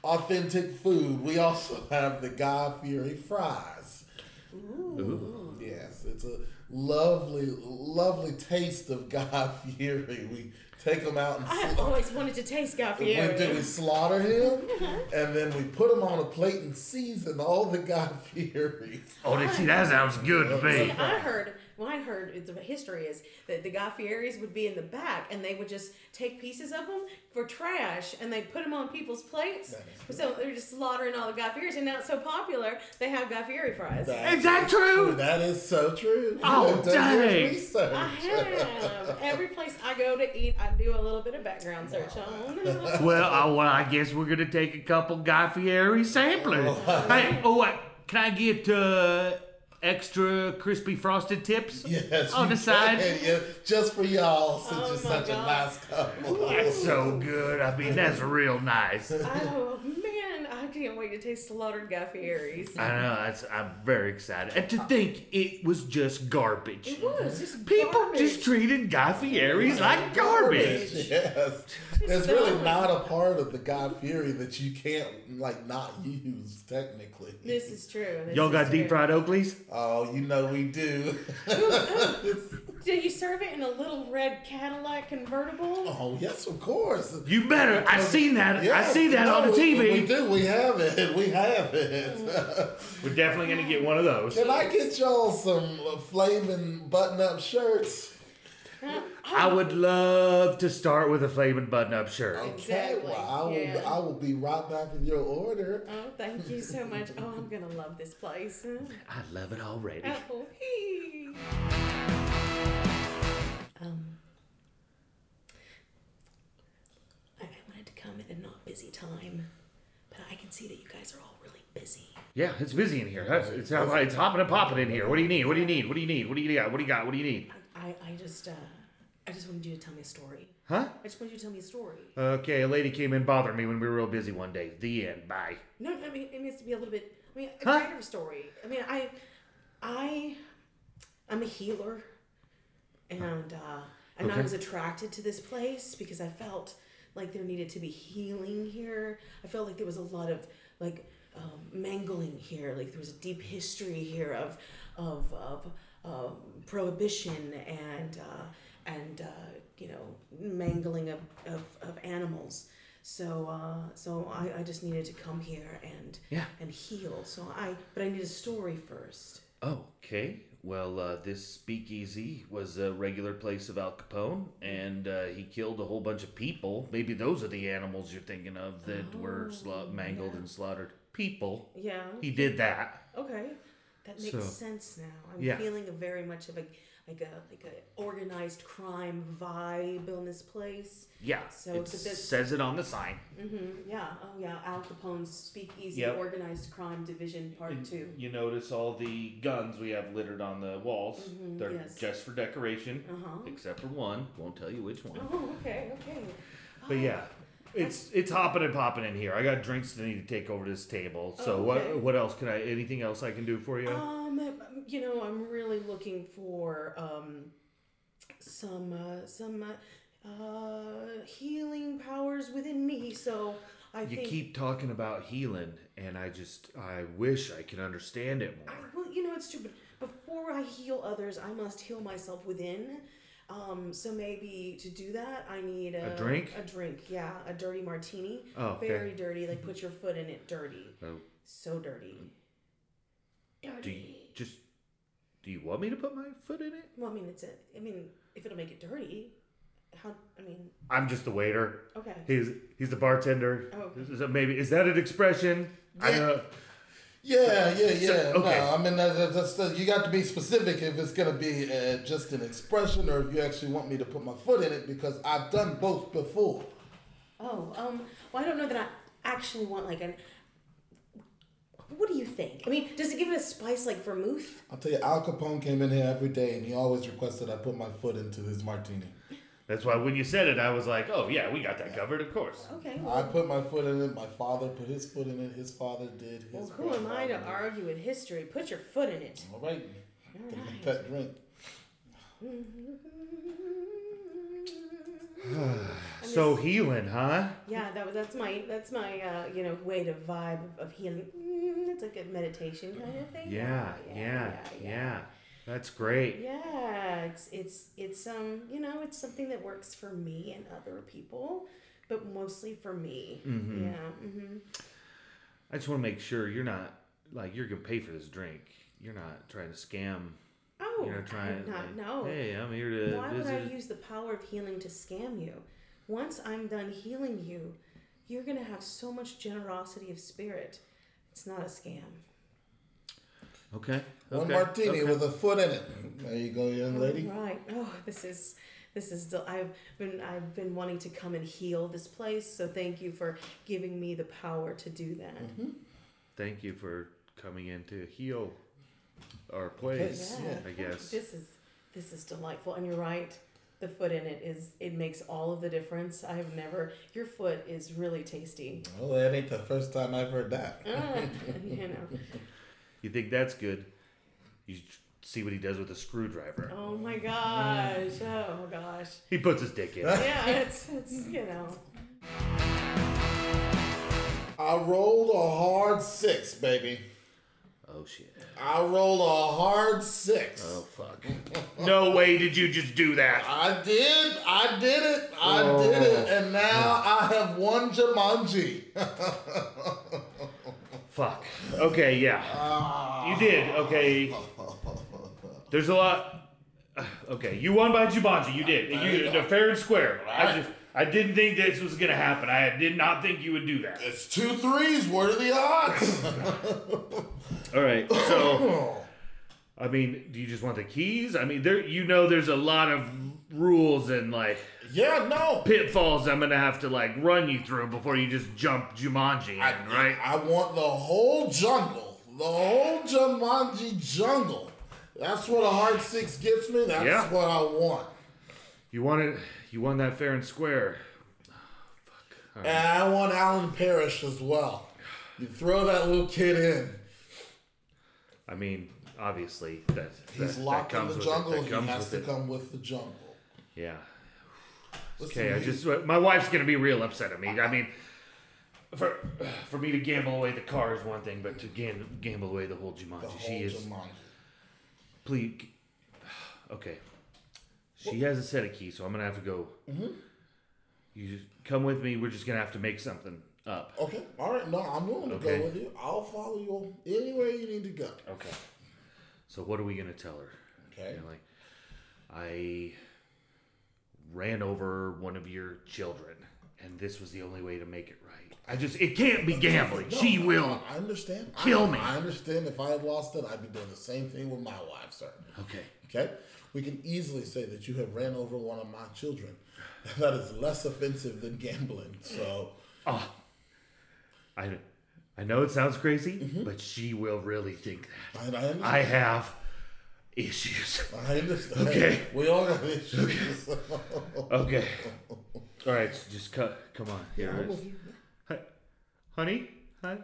Speaker 3: authentic food. We also have the Guy Fury fries. Ooh. Yes, it's a lovely, lovely taste of Guy Fury. We take him out and
Speaker 2: I have
Speaker 3: slaughter.
Speaker 2: always wanted to taste Guy
Speaker 3: When do
Speaker 2: Fieri.
Speaker 3: we slaughter him? And then we put him on a plate and season all the Guy Furies.
Speaker 1: Oh, they- see, that sounds good to
Speaker 2: See,
Speaker 1: me.
Speaker 3: Uh-huh.
Speaker 2: I heard, well, I heard it's- the history is that the Guy Fieri's would be in the back and they would just take pieces of them for trash and they put them on people's plates. So they're just slaughtering all the Guy Fieri's and now it's so popular they have Guy Fieri fries.
Speaker 1: Is that true?
Speaker 3: That is so true.
Speaker 1: Oh,
Speaker 3: I've done your
Speaker 1: dang.
Speaker 3: research.
Speaker 2: I have. Every place I go to eat, I do a little bit of background search on.
Speaker 1: Well, I, well, I guess we're going to take a couple Guy Fieri samplers. Hey, oh, what? can I get uh, extra crispy frosted tips?
Speaker 3: Yes.
Speaker 1: On
Speaker 3: you
Speaker 1: the side.
Speaker 3: can, yeah, just for y'all, since
Speaker 2: Oh
Speaker 3: you're
Speaker 2: my
Speaker 3: such a
Speaker 2: God.
Speaker 3: nice couple.
Speaker 1: That's so good. I mean, that's real nice.
Speaker 2: Oh man, I can't wait to taste slaughtered Gaffieris.
Speaker 1: I know. That's, I'm very excited. And to think it was just garbage.
Speaker 2: It was just
Speaker 1: People
Speaker 2: garbage.
Speaker 1: just treated Guy Fieri's like garbage.
Speaker 3: Yes. It's
Speaker 2: so
Speaker 3: really
Speaker 2: much-
Speaker 3: not a part of the God Fury that you can't like not use technically.
Speaker 2: This is true. This
Speaker 1: Y'all
Speaker 2: is
Speaker 1: got
Speaker 2: true.
Speaker 1: deep fried Oakleys?
Speaker 3: Oh, you know we do.
Speaker 2: Did you serve it in a little red Cadillac convertible?
Speaker 3: oh yes, of course.
Speaker 1: You better. I seen that. I
Speaker 3: Yes,
Speaker 1: see that on the
Speaker 3: no, Oh, we- We,
Speaker 1: TV.
Speaker 3: do. We have it. We have
Speaker 2: Oh,
Speaker 3: it.
Speaker 1: We're definitely gonna get one of those.
Speaker 3: Can I get y'all some flaming button-up shirts?
Speaker 2: Huh?
Speaker 1: I would love to start with a flaming button-up shirt.
Speaker 3: Okay,
Speaker 2: Exactly,
Speaker 3: well, I will.
Speaker 2: yeah.
Speaker 3: I will be right back with your order.
Speaker 2: Oh, thank you so much. Oh, I'm gonna love this place.
Speaker 1: I love it already.
Speaker 2: Oh, hee. Um, I, I wanted to come at a not busy time, but I can see that you guys are all really busy.
Speaker 1: Yeah, it's busy in here. That's- It's, it's hopping and popping in here. What do you need? What do you need? What do you need? What do you got? What do you got? What do you need?
Speaker 2: I, I just, uh, I just wanted you to tell me a story.
Speaker 1: Huh?
Speaker 2: I just wanted you to tell me a story.
Speaker 1: Okay, a lady came in and bothered me when we were real busy one day. The end. Bye.
Speaker 2: No, I mean it needs to be a little bit. I mean, a
Speaker 1: Huh?
Speaker 2: greater story. I mean, I, I, I'm a healer, and uh, and I
Speaker 1: Okay.
Speaker 2: was attracted to this place because I felt like there needed to be healing here. I felt like there was a lot of like um, mangling here. Like there was a deep history here of of of um, prohibition and uh, and uh, you know mangling of of, of animals. So uh, so I, I just needed to come here and
Speaker 1: Yeah.
Speaker 2: and heal. So I but I need a story first.
Speaker 1: Okay. Well, uh, this speakeasy was a regular place of Al Capone, and uh, he killed a whole bunch of people. Maybe those are the animals you're thinking of that
Speaker 2: Oh,
Speaker 1: were sla- mangled and slaughtered. People.
Speaker 2: Yeah.
Speaker 1: He did that.
Speaker 2: Okay. That makes
Speaker 1: So-
Speaker 2: sense now. I'm
Speaker 1: Yeah.
Speaker 2: feeling a very much of a like a like a organized crime vibe on this place.
Speaker 1: Yeah.
Speaker 2: So
Speaker 1: it
Speaker 2: it's a bit-
Speaker 1: says it on the sign.
Speaker 2: Mm-hmm. Yeah. Oh yeah. Al Capone's Speakeasy
Speaker 1: Yep.
Speaker 2: Organized Crime Division Part Two.
Speaker 1: You notice all the guns we have littered on the walls. They're
Speaker 2: Mm-hmm, yes.
Speaker 1: just for decoration,
Speaker 2: Uh huh.
Speaker 1: except for one. Won't tell you which one.
Speaker 2: Oh okay okay.
Speaker 1: But yeah, it's it's hopping and popping in here. I got drinks that need to take over this table. So
Speaker 2: Oh, Okay.
Speaker 1: what what else can I? Anything else I can do for you?
Speaker 2: Um, you know, I'm really looking for um, some uh, some uh, uh, healing powers within me. So I
Speaker 1: you
Speaker 2: think
Speaker 1: keep talking about healing, and I just I wish I could understand it
Speaker 2: I,
Speaker 1: more.
Speaker 2: well, you know, it's true. But before I heal others, I must heal myself within. Um, so maybe to do that, I need a,
Speaker 1: drink?
Speaker 2: A drink, yeah, a dirty martini.
Speaker 1: Oh, okay.
Speaker 2: very dirty. Like put your foot in it, dirty.
Speaker 1: Oh.
Speaker 2: So dirty. Dirty.
Speaker 1: Do you just do you want me to put my foot in it?
Speaker 2: Well, I mean, it's a. I mean, if it'll make it dirty, how? I mean,
Speaker 1: I'm just the waiter.
Speaker 2: okay.
Speaker 1: He's he's the bartender.
Speaker 2: Oh, okay.
Speaker 1: So maybe is that an expression? I
Speaker 3: Yeah.
Speaker 1: know.
Speaker 3: Yeah, yeah, yeah.
Speaker 1: okay.
Speaker 3: No, I mean that, that- that's the, you got to be specific if it's gonna be uh, just an expression or if you actually want me to put my foot in it because I've done both before.
Speaker 2: Oh, um, well, I don't know that I actually want like an. What do you think? I mean, does it give it a spice like vermouth?
Speaker 3: I'll tell you, Al Capone came in here every day and he always requested I put my foot into his martini.
Speaker 1: That's why when you said it, I was like, oh yeah, we got that covered, of course.
Speaker 2: Okay.
Speaker 3: I put my foot in it. My father put his foot in it. His father did. His
Speaker 2: Well, who am I to argue with history? Put your foot in it.
Speaker 3: All right,
Speaker 2: All
Speaker 3: give me
Speaker 2: right.
Speaker 3: that drink.
Speaker 1: So healing, huh?
Speaker 2: Yeah, that was that's my that's my uh, you know way to vibe of healing. Mm, it's like a meditation kind of thing.
Speaker 1: Yeah, yeah, yeah. That's great.
Speaker 2: Yeah, it's it's it's um you know it's something that works for me and other people, but mostly for me. Yeah. Mm-hmm.
Speaker 1: I just want to make sure you're not like you're gonna pay for this drink. You're not trying to scam.
Speaker 2: Oh,
Speaker 1: you're not trying.
Speaker 2: I'm not
Speaker 1: like,
Speaker 2: no.
Speaker 1: Hey, I'm here to
Speaker 2: Why would
Speaker 1: visit.
Speaker 2: I use the power of healing to scam you? Once I'm done healing you, you're gonna have so much generosity of spirit. It's not a scam.
Speaker 1: okay.
Speaker 3: One
Speaker 1: okay,
Speaker 3: martini
Speaker 1: okay.
Speaker 3: with a foot in it. There you go, young lady.
Speaker 2: Right. Oh, this is this is. del- I've been I've been wanting to come and heal this place. So thank you for giving me the power to do that.
Speaker 1: Thank you for
Speaker 8: coming in to heal our place,
Speaker 3: Place,
Speaker 8: I guess.
Speaker 2: This is this is delightful, and you're right. The foot in it is it makes all of the difference. I have never. Your foot is really tasty.
Speaker 3: Well, that ain't the first time I've heard that.
Speaker 2: Mm, you know.
Speaker 1: You think that's good? You sh- see what he does with a screwdriver.
Speaker 2: Oh my gosh. Oh gosh.
Speaker 1: He puts his dick in. it.
Speaker 2: Yeah. It's it's you know.
Speaker 3: I rolled a hard six, baby.
Speaker 1: Oh shit.
Speaker 3: I rolled a hard six.
Speaker 1: Oh fuck. no way did you just do that.
Speaker 3: I did. I did it. I
Speaker 1: Oh.
Speaker 3: did it. And now I have won Jumanji.
Speaker 1: Fuck. Okay, yeah.
Speaker 3: Ah.
Speaker 1: You did. Okay. There's a lot. Okay, you won by Jumanji. You did.
Speaker 3: you
Speaker 1: You the
Speaker 3: go.
Speaker 1: fair and square. I
Speaker 3: Right.
Speaker 1: just I didn't think this was gonna happen. I did not think you would do that.
Speaker 3: It's two threes. What are the odds?
Speaker 1: All right. So, I mean, do you just want the keys? I mean, there you know, there's a lot of rules and like
Speaker 3: yeah, no.
Speaker 1: pitfalls I'm gonna have to like run you through before you just jump Jumanji in,
Speaker 3: I,
Speaker 1: right?
Speaker 3: I want the whole jungle. The whole Jumanji jungle. That's what a hard six gets me. That's
Speaker 1: Yeah.
Speaker 3: what I want.
Speaker 1: You won it. You won that fair and square.
Speaker 3: And I want Alan Parrish as well. You throw that little kid in.
Speaker 1: I mean, obviously that
Speaker 3: He's
Speaker 1: that,
Speaker 3: locked
Speaker 1: that
Speaker 3: in
Speaker 1: comes
Speaker 3: the
Speaker 1: with
Speaker 3: jungle.
Speaker 1: It, that
Speaker 3: He
Speaker 1: comes
Speaker 3: has to
Speaker 1: with it.
Speaker 3: come with the jungle.
Speaker 1: Yeah.
Speaker 3: Listen,
Speaker 1: Okay. I
Speaker 3: he-
Speaker 1: just my wife's gonna be real upset at me. I mean. For, for me to gamble away the car is one thing, but to gam- gamble away the whole Jumanji,
Speaker 3: the
Speaker 1: she
Speaker 3: whole
Speaker 1: is
Speaker 3: Jumanji.
Speaker 1: Please. Okay. She has a set of keys, so I'm gonna have to go.
Speaker 3: Mm-hmm.
Speaker 1: You just come with me. We're just gonna have to make something up.
Speaker 3: Okay, all right. No, I'm willing to
Speaker 1: Okay.
Speaker 3: go with you. I'll follow you anywhere you need to go.
Speaker 1: Okay. So what are we gonna tell her?
Speaker 3: Okay.
Speaker 1: You know, like, I ran over one of your children, and this was the only way to make it right. I just it can't be gambling.
Speaker 3: No,
Speaker 1: she
Speaker 3: I-
Speaker 1: will.
Speaker 3: I understand.
Speaker 1: kill
Speaker 3: I,
Speaker 1: me.
Speaker 3: I understand. If I had lost it, I'd be doing the same thing with my wife, sir.
Speaker 1: Okay.
Speaker 3: Okay? We can easily say that you have ran over one of my children. That is less offensive than gambling. So,
Speaker 1: I I know it sounds crazy, but she will really think that.
Speaker 3: I, I understand.
Speaker 1: I have issues.
Speaker 3: I understand.
Speaker 1: Okay.
Speaker 3: We all got issues.
Speaker 1: Okay. All right, so just cut. Come on. Here it is. Hi- Honey? Hi.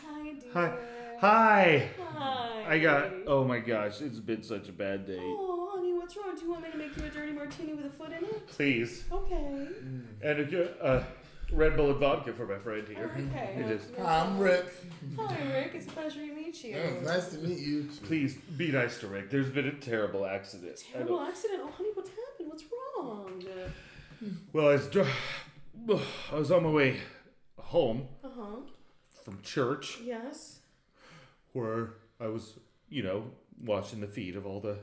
Speaker 2: Hi, dear.
Speaker 1: Hi. Hi.
Speaker 2: Hi.
Speaker 1: I got. Oh my gosh, it's been such a bad day.
Speaker 2: Oh, honey, what's wrong? Do you want me to make you a dirty martini with a foot in it?
Speaker 1: Please.
Speaker 2: Okay.
Speaker 1: And a uh, Red Bull and vodka for my friend
Speaker 2: Oh,
Speaker 1: here.
Speaker 2: okay.
Speaker 1: It is.
Speaker 2: Well,
Speaker 3: Hi, I'm Oh, Rick.
Speaker 2: Hi, Rick. It's a pleasure to meet you.
Speaker 3: Yeah, it's nice to meet you.
Speaker 1: Please be nice to Rick. There's been a terrible accident. I
Speaker 2: Terrible
Speaker 1: don't-
Speaker 2: accident. Oh, honey, what happened? What's wrong?
Speaker 1: Well, I was, dr- I was on my way home
Speaker 2: Uh huh.
Speaker 1: from church
Speaker 2: Yes.
Speaker 1: where I was, you know, watching the feet of all the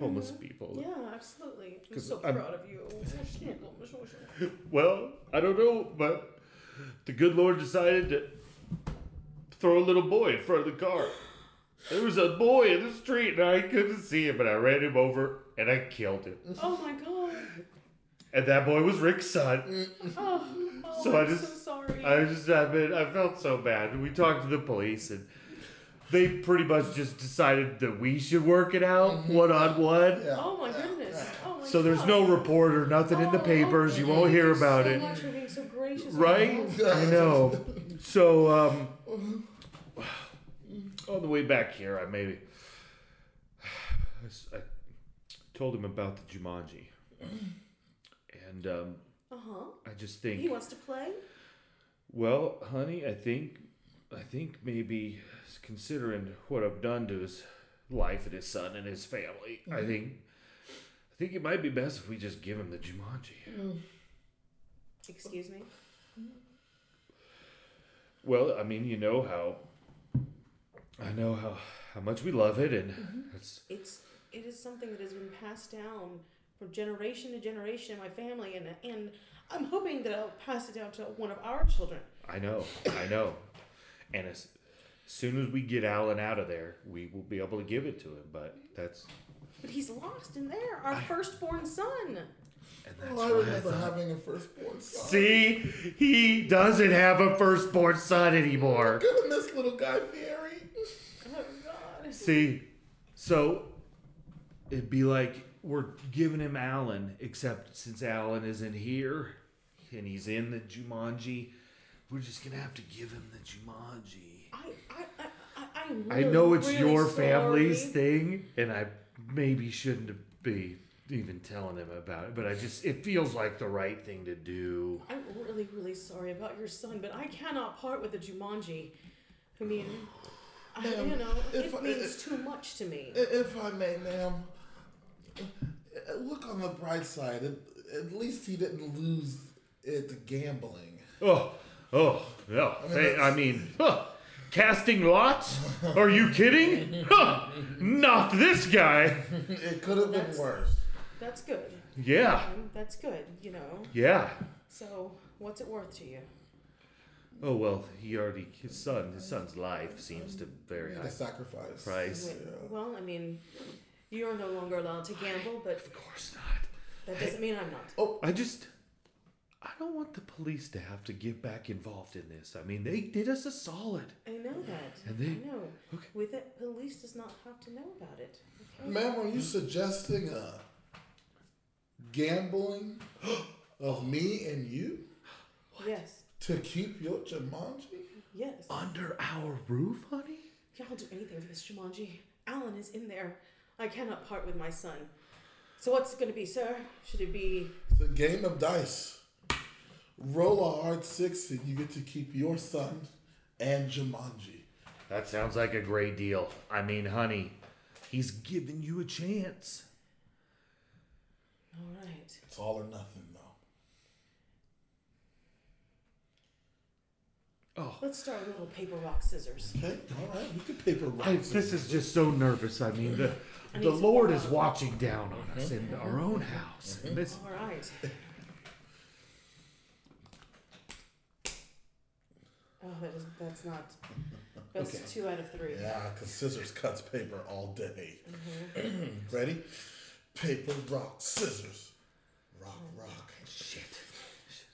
Speaker 1: homeless people.
Speaker 2: Mm-hmm. Yeah, absolutely. I'm
Speaker 1: 'Cause
Speaker 2: so
Speaker 1: Oh. I'm-
Speaker 2: proud of you. Oh, I can't go, Miss Wilson.
Speaker 1: Well, I don't know, but the good Lord decided to throw a little boy in front of the car. There was a boy in the street, and I couldn't see him, and I ran him over, and I killed him.
Speaker 2: Oh my god.
Speaker 1: And that boy was Rick's son.
Speaker 2: Oh, oh
Speaker 1: So I
Speaker 2: I'm so
Speaker 1: just-
Speaker 2: sorry.
Speaker 1: I just, I mean, I felt so bad. We talked to the police, and they pretty much just decided that we should work it out one on one.
Speaker 3: Yeah.
Speaker 2: oh my goodness. Oh my
Speaker 1: So there's
Speaker 2: God.
Speaker 1: no report or nothing in the
Speaker 2: Oh,
Speaker 1: papers.
Speaker 2: okay.
Speaker 1: You won't hear
Speaker 2: Thank you
Speaker 1: about
Speaker 2: so
Speaker 1: it.
Speaker 2: Much for being so gracious and
Speaker 1: Right?
Speaker 2: helpful.
Speaker 1: I know. So, um, on the way back here, I maybe I s- I told him about the Jumanji, and um,
Speaker 2: Uh-huh.
Speaker 1: I just
Speaker 2: He
Speaker 1: think,
Speaker 2: wants to play?
Speaker 1: well, honey, I think, I think maybe considering what I've done to his life and his son and his family,
Speaker 3: Mm-hmm.
Speaker 1: I think, I think it might be best if we just give him the Jumanji.
Speaker 2: Excuse me.
Speaker 1: Well, I mean, you know how. I know how, how much we love it, and
Speaker 3: Mm-hmm.
Speaker 1: it's
Speaker 2: It's it is something that has been passed down from generation to generation in my family and and I'm hoping that I'll pass it down to one of our children.
Speaker 1: I know, I know. And as soon as we get Alan out of there, we will be able to give it to him. But that's
Speaker 2: But he's lost in there, our firstborn son.
Speaker 1: and
Speaker 3: Oh,
Speaker 1: that's
Speaker 3: I
Speaker 1: why I
Speaker 3: remember
Speaker 1: thought.
Speaker 3: having a firstborn son.
Speaker 1: See, he doesn't have a firstborn son anymore.
Speaker 3: Good on this little guy, Fieri.
Speaker 1: See, so it'd be like we're giving him Alan, except since Alan isn't here and he's in the Jumanji, we're just gonna have to give him the Jumanji.
Speaker 2: I, I, I, I, I'm
Speaker 1: I
Speaker 2: really,
Speaker 1: know it's
Speaker 2: really
Speaker 1: your family's
Speaker 2: sorry.
Speaker 1: thing, and I maybe shouldn't be even telling him about it, but I just it feels like the right thing to do.
Speaker 2: I'm really, really sorry about your son, but I cannot part with a Jumanji. I mean, I, you
Speaker 3: Ma'am,
Speaker 2: know,
Speaker 3: if
Speaker 2: it
Speaker 3: I-
Speaker 2: means too much to me.
Speaker 3: I- If I may, ma'am, uh, look on the bright side. At, at least he didn't lose it to gambling.
Speaker 1: Oh, oh, no. I mean,
Speaker 3: that's-
Speaker 1: I mean huh, casting lots? Are you kidding? Huh, not this guy.
Speaker 3: It could have been
Speaker 2: That's-
Speaker 3: worse.
Speaker 2: That's good.
Speaker 1: Yeah,
Speaker 2: Um, That's good, you know.
Speaker 1: yeah.
Speaker 2: So, what's it worth to you?
Speaker 1: Oh well, he already his son. His son's life seems to very
Speaker 3: The
Speaker 1: high
Speaker 3: sacrifice.
Speaker 1: price.
Speaker 2: Wait, Well, I mean, you are no longer allowed to gamble, but
Speaker 1: Of course not.
Speaker 2: that doesn't mean I'm not.
Speaker 1: I just I don't want the police to have to get back involved in this. I mean, they did us a solid.
Speaker 2: I know that.
Speaker 1: And they-
Speaker 2: I know.
Speaker 1: okay.
Speaker 2: With it, police does not have to know about it. Okay?
Speaker 3: Ma'am, are you suggesting a gambling of me and you
Speaker 2: Yes.
Speaker 3: to keep your Jumanji?
Speaker 2: Yes.
Speaker 1: Under our roof, honey?
Speaker 2: Yeah, I'll do anything for this Jumanji. Alan is in there. I cannot part with my son. So what's it gonna be, sir? Should it be
Speaker 3: It's a game of dice. Roll a hard six and you get to keep your son and Jumanji.
Speaker 1: That sounds like a great deal. I mean, honey, he's giving you a chance.
Speaker 2: all right?
Speaker 3: It's all or nothing, though.
Speaker 2: Let's start with little paper rock scissors.
Speaker 3: Okay, all right, we can paper
Speaker 1: I,
Speaker 3: rock.
Speaker 1: this is just so nervous. I mean, the, the
Speaker 2: need to
Speaker 1: Lord
Speaker 2: go
Speaker 1: is
Speaker 2: out.
Speaker 1: watching down on us in our own house. And this,
Speaker 2: All right. Oh, that is that's not. That's
Speaker 3: Okay.
Speaker 2: two out of three.
Speaker 3: Yeah, because scissors cuts paper all day. Ready? Paper, rock, scissors. Rock, rock. Shit.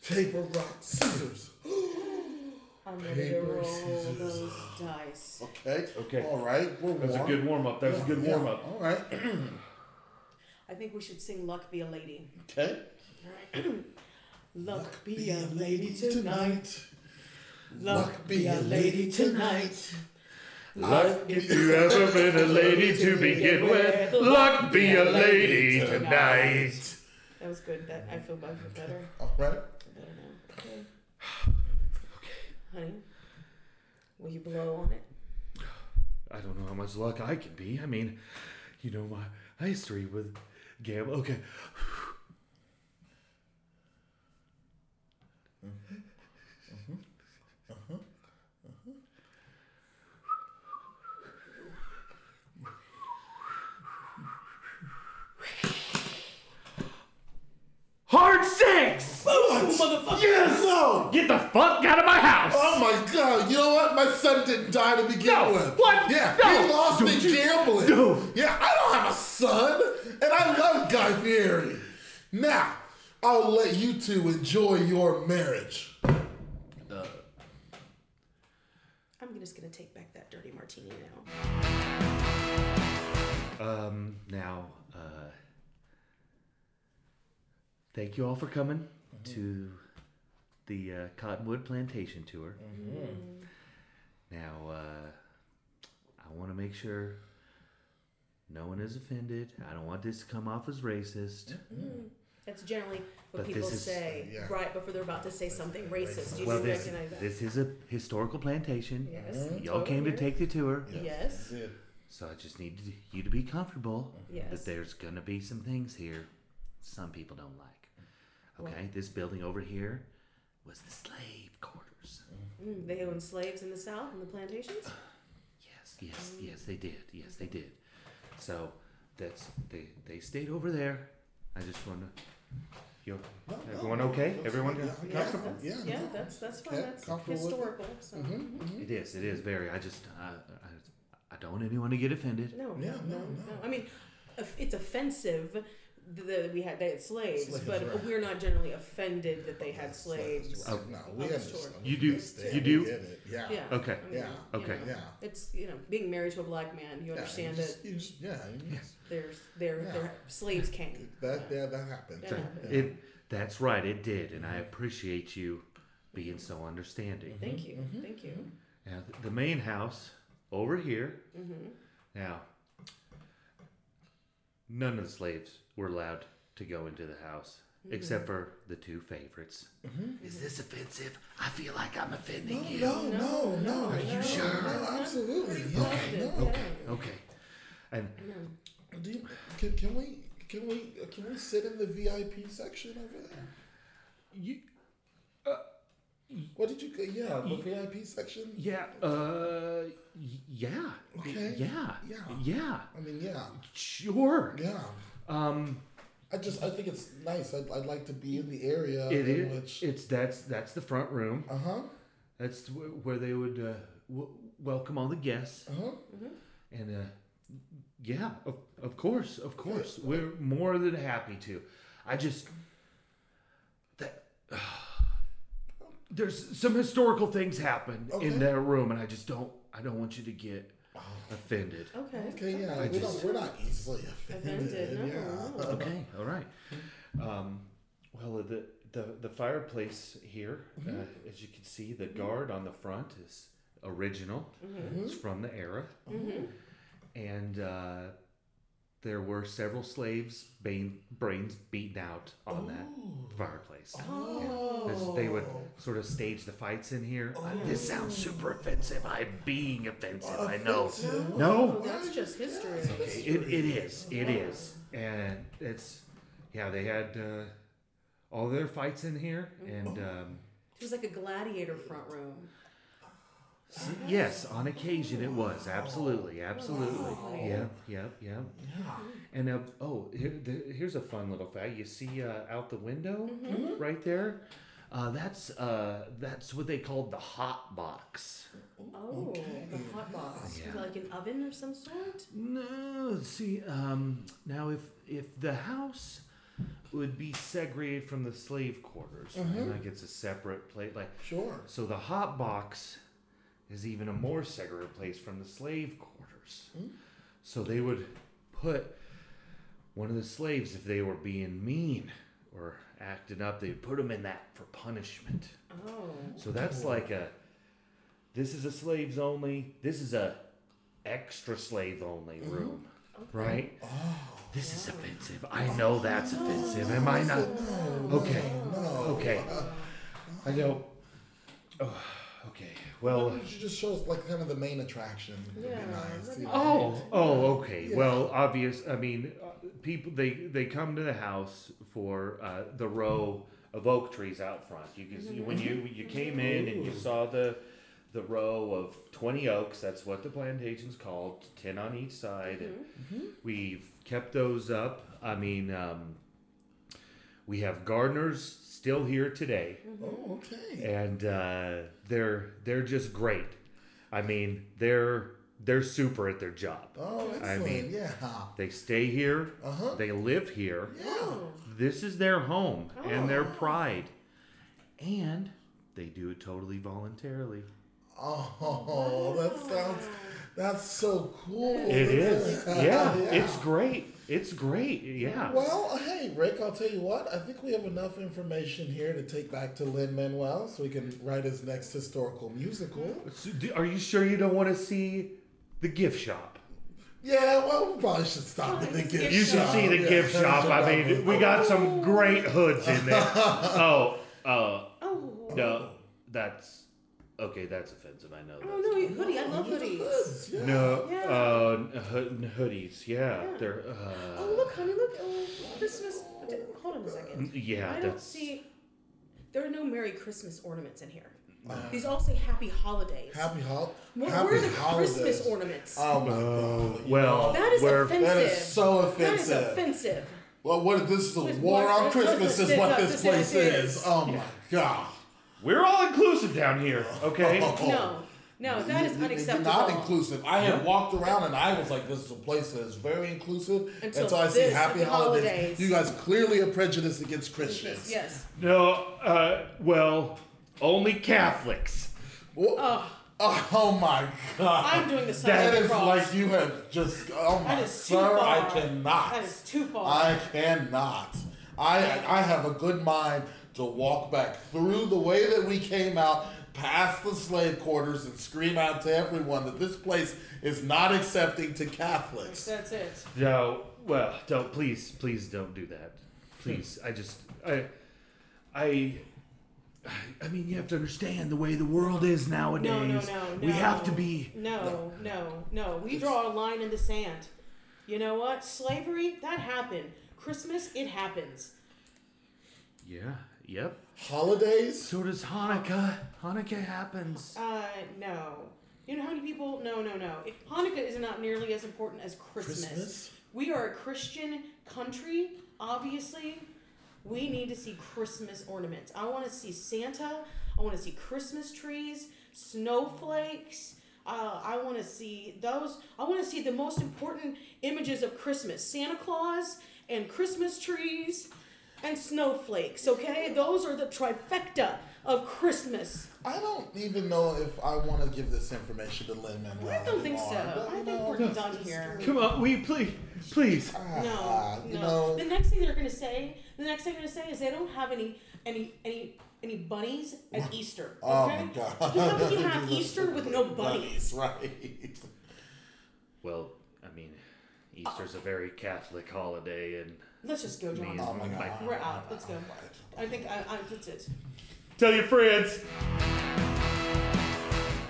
Speaker 3: Paper, rock, scissors.
Speaker 2: I'm ready to
Speaker 3: Paper,
Speaker 2: roll
Speaker 3: scissors.
Speaker 2: those dice.
Speaker 3: Okay.
Speaker 1: Okay.
Speaker 3: All right. We're
Speaker 8: That's a
Speaker 3: warm.
Speaker 8: good warm up. That's a good
Speaker 3: Yeah,
Speaker 8: warm up.
Speaker 3: All right.
Speaker 2: I think we should sing "Luck Be a Lady."
Speaker 3: Okay.
Speaker 2: Luck be a lady tonight.
Speaker 3: Luck be a lady tonight.
Speaker 1: luck, if you ever been a lady to begin with, luck be a lady tonight.
Speaker 2: That was good. That I feel much better.
Speaker 3: All right.
Speaker 2: better now. Okay. Honey, will you blow on it?
Speaker 1: I don't know how much luck I can be. I mean, you know my history with gamble. Okay. Hard six!
Speaker 2: motherfucker!
Speaker 3: No.
Speaker 1: Get the fuck out of my house!
Speaker 3: Oh my God! You know what? My son didn't die to begin
Speaker 1: No.
Speaker 3: with.
Speaker 1: What?
Speaker 3: Yeah,
Speaker 1: No.
Speaker 3: he lost
Speaker 1: Don't
Speaker 3: in
Speaker 1: you-
Speaker 3: gambling.
Speaker 1: No.
Speaker 3: Yeah, I don't have a son, and I love Guy Fieri. Now, I'll let you two enjoy your marriage.
Speaker 2: I'm just gonna take back that dirty martini now.
Speaker 1: Um, now, uh, thank you all for coming to the uh, Cottonwood Plantation tour.
Speaker 2: Mm-hmm.
Speaker 1: Now, uh, I want to make sure no one is offended. I don't want this to come off as racist.
Speaker 2: That's generally what
Speaker 1: But
Speaker 2: people
Speaker 1: this is-
Speaker 2: say
Speaker 3: yeah.
Speaker 2: right before they're about to say something racist. You
Speaker 1: Well,
Speaker 2: do
Speaker 1: this,
Speaker 2: recognize that?
Speaker 1: this is a historical plantation.
Speaker 2: yes.
Speaker 1: Y'all came to
Speaker 2: totally.
Speaker 1: take the tour,
Speaker 2: Yes.
Speaker 3: That's it.
Speaker 1: so I just need you to be comfortable
Speaker 2: Yes.
Speaker 1: that there's going to be some things here some people don't like. Okay, this building over here was the slave quarters.
Speaker 2: Mm, they owned slaves in the South in the plantations.
Speaker 1: Yes, yes, yes, they did. Yes, they did. So that's they they stayed over there. I just want to. You, everyone okay? Everyone
Speaker 3: Yeah,
Speaker 1: comfortable?
Speaker 3: Yeah.
Speaker 2: Yeah,
Speaker 3: no.
Speaker 2: that's that's fine.
Speaker 3: Okay,
Speaker 2: That's
Speaker 3: comfortable with it.
Speaker 2: historical. So.
Speaker 1: It is. It is very. I just I, I, I don't want anyone to get offended.
Speaker 2: No,
Speaker 3: Yeah,
Speaker 2: no, no,
Speaker 3: no,
Speaker 2: no. I mean, of- it's offensive that we had they had slaves,
Speaker 3: Slaves,
Speaker 2: but
Speaker 3: right.
Speaker 2: we're not generally offended that they had slaves.
Speaker 3: Oh, no, we
Speaker 2: Oh,
Speaker 3: understand.
Speaker 2: sure.
Speaker 8: You do-
Speaker 3: Yes, they-
Speaker 8: you do?
Speaker 3: we get it. Yeah.
Speaker 2: Yeah.
Speaker 8: Okay.
Speaker 2: I mean,
Speaker 3: Oh, Yeah.
Speaker 2: you
Speaker 8: Okay.
Speaker 2: know,
Speaker 3: Yeah.
Speaker 2: It's you know being married to a black man, you
Speaker 3: Yeah,
Speaker 2: understand
Speaker 3: you
Speaker 2: that
Speaker 3: just, you just, yeah, you just-
Speaker 2: there's their
Speaker 3: Yeah.
Speaker 2: their slaves came.
Speaker 3: that yeah, that happened.
Speaker 2: That happened.
Speaker 1: It, that's right, it did, and I appreciate you being so understanding.
Speaker 2: Thank
Speaker 3: Mm-hmm,
Speaker 2: you, thank you.
Speaker 1: Now, th- the main house over here. Now, none of the slaves were allowed to go into the house except for the two favorites. Is this offensive? I feel like I'm offending you.
Speaker 3: Mm-hmm. No, no, no. Are
Speaker 2: you
Speaker 3: sure? No, absolutely. Yeah, no.
Speaker 1: Okay. And
Speaker 3: Do you, can, can we can we can we sit in the VIP section over there?
Speaker 1: you, uh,
Speaker 3: What did you? Yeah, the VIP section.
Speaker 1: yeah, uh, y- yeah,
Speaker 3: Okay.
Speaker 1: yeah,
Speaker 3: Yeah.
Speaker 1: yeah,
Speaker 3: I mean, yeah,
Speaker 1: sure.
Speaker 3: yeah.
Speaker 1: Um,
Speaker 3: I just I think it's nice. I'd, I'd like to be in the area
Speaker 1: it
Speaker 3: in
Speaker 1: is.
Speaker 3: which.
Speaker 1: It's that's that's the front room.
Speaker 3: Uh huh.
Speaker 1: That's wh- where they would uh, w- welcome all the guests.
Speaker 3: Uh huh.
Speaker 1: And uh, yeah, of, of course, of course, we're more than happy to. I just that there's some historical things happen
Speaker 3: Okay.
Speaker 1: in that room, and I just don't. I don't want you to get offended.
Speaker 2: Okay.
Speaker 3: Okay. Yeah.
Speaker 1: I
Speaker 3: we
Speaker 1: just-
Speaker 3: don't, we're not easily offended.
Speaker 2: Offended, no,
Speaker 3: yeah.
Speaker 2: no.
Speaker 1: Okay, all right. Um, well, the the the fireplace here,
Speaker 3: Mm-hmm.
Speaker 1: uh, as you can see, the guard on the front is original.
Speaker 3: Mm-hmm.
Speaker 1: It's from the era,
Speaker 2: Mm-hmm.
Speaker 1: and uh, there were several slaves' brain, brains beaten out on that fireplace.
Speaker 3: Oh.
Speaker 1: As They would sort of stage the fights in here. Uh, This sounds super offensive. I'm being offensive. I know.
Speaker 3: Offensive.
Speaker 1: No,
Speaker 2: Well, Oh, that's just history.
Speaker 1: it, it is. It is. And it's, yeah, they had uh, all their fights in here. And um,
Speaker 2: It was like a gladiator front room.
Speaker 1: s- yes, on occasion it was. Absolutely. Absolutely. Yep, yep, yep. And uh, oh, here, the, here's a fun little fact. You see uh, out the window right there? Uh, that's uh, that's what they called the hot box.
Speaker 2: Oh, the hot box. Was it Like an oven of some sort?
Speaker 1: No, let's see, um, now if if the house would be segregated from the slave quarters, right? like it's a separate place, like
Speaker 3: Sure.
Speaker 1: so the hot box is even a more segregated place from the slave quarters. So they would put one of the slaves if they were being mean or acting up, they'd put them in that for punishment.
Speaker 2: Oh.
Speaker 1: So that's like a this is a slaves only, this is a extra slave only room. Right? This is offensive. I know that's offensive. Am I not? Okay. Okay. I know. Oh, okay. Well,
Speaker 3: You should just show us like kind of the main attraction. would be
Speaker 2: Yeah,
Speaker 3: nice,
Speaker 2: that'd
Speaker 3: you
Speaker 2: be
Speaker 3: know.
Speaker 1: Oh, oh, okay. Well, obvious. I mean, uh, people they they come to the house for uh, the row of oak trees out front. You can see when you you came in and you saw the the row of twenty oaks. That's what the plantation's called. Ten on each side. And we've kept those up. I mean, um, we have gardeners still here today
Speaker 3: Oh, okay.
Speaker 1: and uh, they're they're just great. I mean, they're they're super at their job.
Speaker 3: Oh,
Speaker 1: I
Speaker 3: excellent.
Speaker 1: mean,
Speaker 3: yeah.
Speaker 1: they stay here.
Speaker 3: Uh-huh.
Speaker 1: They live here.
Speaker 3: Yeah.
Speaker 1: This is their home and their pride, and they do it totally voluntarily.
Speaker 3: Oh, that sounds. That's so cool.
Speaker 1: It is, yeah. It's great. It's great. Yeah.
Speaker 3: Well, hey, Rick, I'll tell you what. I think we have enough information here to take back to Lin Manuel so he can write his next historical musical.
Speaker 1: So do- are you sure you don't want to see the gift shop?
Speaker 3: Yeah, well, we probably should stop at the gift
Speaker 1: You should
Speaker 3: shop.
Speaker 1: see the
Speaker 3: Yeah,
Speaker 1: gift shop. I
Speaker 3: that
Speaker 1: mean,
Speaker 3: was-
Speaker 1: we got some great hoods in there. Oh, uh,
Speaker 2: Oh.
Speaker 1: No, that's okay. That's offensive. I know.
Speaker 2: Oh no,
Speaker 1: that's-
Speaker 2: hoodie. I love
Speaker 3: Yeah, the
Speaker 2: hoodies.
Speaker 3: hoods, yeah.
Speaker 1: no,
Speaker 2: Yeah.
Speaker 1: uh, hood, hoodies. Yeah, they're. Uh,
Speaker 2: Oh look, honey, look. Oh, Christmas. Hold on a second.
Speaker 1: Mm, yeah,
Speaker 2: I don't
Speaker 1: that's.
Speaker 2: see. There are no Merry Christmas ornaments in here. These all say Happy Holidays.
Speaker 3: Happy, hol-
Speaker 2: Where,
Speaker 3: happy
Speaker 2: where are the
Speaker 3: holidays.
Speaker 2: Christmas ornaments?
Speaker 3: Oh, my God.
Speaker 1: Well,
Speaker 2: that is
Speaker 1: we're,
Speaker 2: offensive.
Speaker 3: That is so
Speaker 2: That is
Speaker 3: offensive.
Speaker 2: offensive.
Speaker 3: Well, what this is a
Speaker 2: It's
Speaker 3: war
Speaker 2: war-
Speaker 3: on
Speaker 2: it's
Speaker 3: Christmas
Speaker 2: just-
Speaker 3: is what
Speaker 2: it's
Speaker 3: this
Speaker 2: just-
Speaker 3: place
Speaker 2: it is.
Speaker 3: is. Oh my god. Oh.
Speaker 1: we're all inclusive down here. Okay.
Speaker 2: No. No, that is
Speaker 3: It- it- it's
Speaker 2: unacceptable.
Speaker 3: Not inclusive. I have walked around and I was like, "This is a place that is very inclusive."
Speaker 2: Until
Speaker 3: Until I see
Speaker 2: this
Speaker 3: Happy holidays.
Speaker 2: holidays.
Speaker 3: You guys clearly are prejudiced against Christians.
Speaker 2: Yes.
Speaker 1: No, uh, well, only Catholics.
Speaker 3: Wha-
Speaker 2: Oh,
Speaker 3: Oh, my god.
Speaker 2: I'm doing the sign
Speaker 3: That
Speaker 2: of the
Speaker 3: is
Speaker 2: cross.
Speaker 3: like you have just. Oh my
Speaker 2: that is too
Speaker 3: sir,
Speaker 2: far.
Speaker 3: I cannot.
Speaker 2: That is too far.
Speaker 3: I cannot. I I have a good mind to walk back through the way that we came out, past the slave quarters, and scream out to everyone that this place is not accepting to Catholics.
Speaker 2: That's it.
Speaker 1: No, well, don't please, please don't do that. Please, I just, I, I, I mean, you have to understand the way the world is nowadays.
Speaker 2: No, no, no, no.
Speaker 1: We have to be.
Speaker 2: No, no, no. We draw a line in the sand. You know what? Slavery, that happened. Christmas, it happens.
Speaker 1: Yeah. Yep.
Speaker 3: Holidays?
Speaker 1: So does Hanukkah. Hanukkah happens.
Speaker 2: Uh, no. You know how many people? No, no, no. It- Hanukkah is not nearly as important as Christmas.
Speaker 3: Christmas?
Speaker 2: We are a Christian country, obviously. We need to see Christmas ornaments. I want to see Santa. I want to see Christmas trees, snowflakes. Uh, I want to see those. I want to see the most important images of Christmas Santa Claus and Christmas trees and snowflakes, okay? Those are the trifecta of Christmas.
Speaker 3: I don't even know if I want to give this information to Lin Manuel.
Speaker 2: I don't think so. I think we're done here.
Speaker 1: Come on, we please, please.
Speaker 2: No,
Speaker 3: Uh, You
Speaker 2: no.
Speaker 3: know,
Speaker 2: The next thing they're gonna say, the next thing they're gonna say is they don't have any, any, any, any bunnies at Easter. Okay?
Speaker 3: oh my god.
Speaker 2: You have, you have Easter with no bunnies.
Speaker 3: Bunnies, right.
Speaker 1: Well, I mean, Easter's a very Catholic holiday, and
Speaker 2: Let's just go, John.
Speaker 3: Oh my god.
Speaker 2: We're out. Let's go. I think I, I, that's it.
Speaker 1: Tell your friends.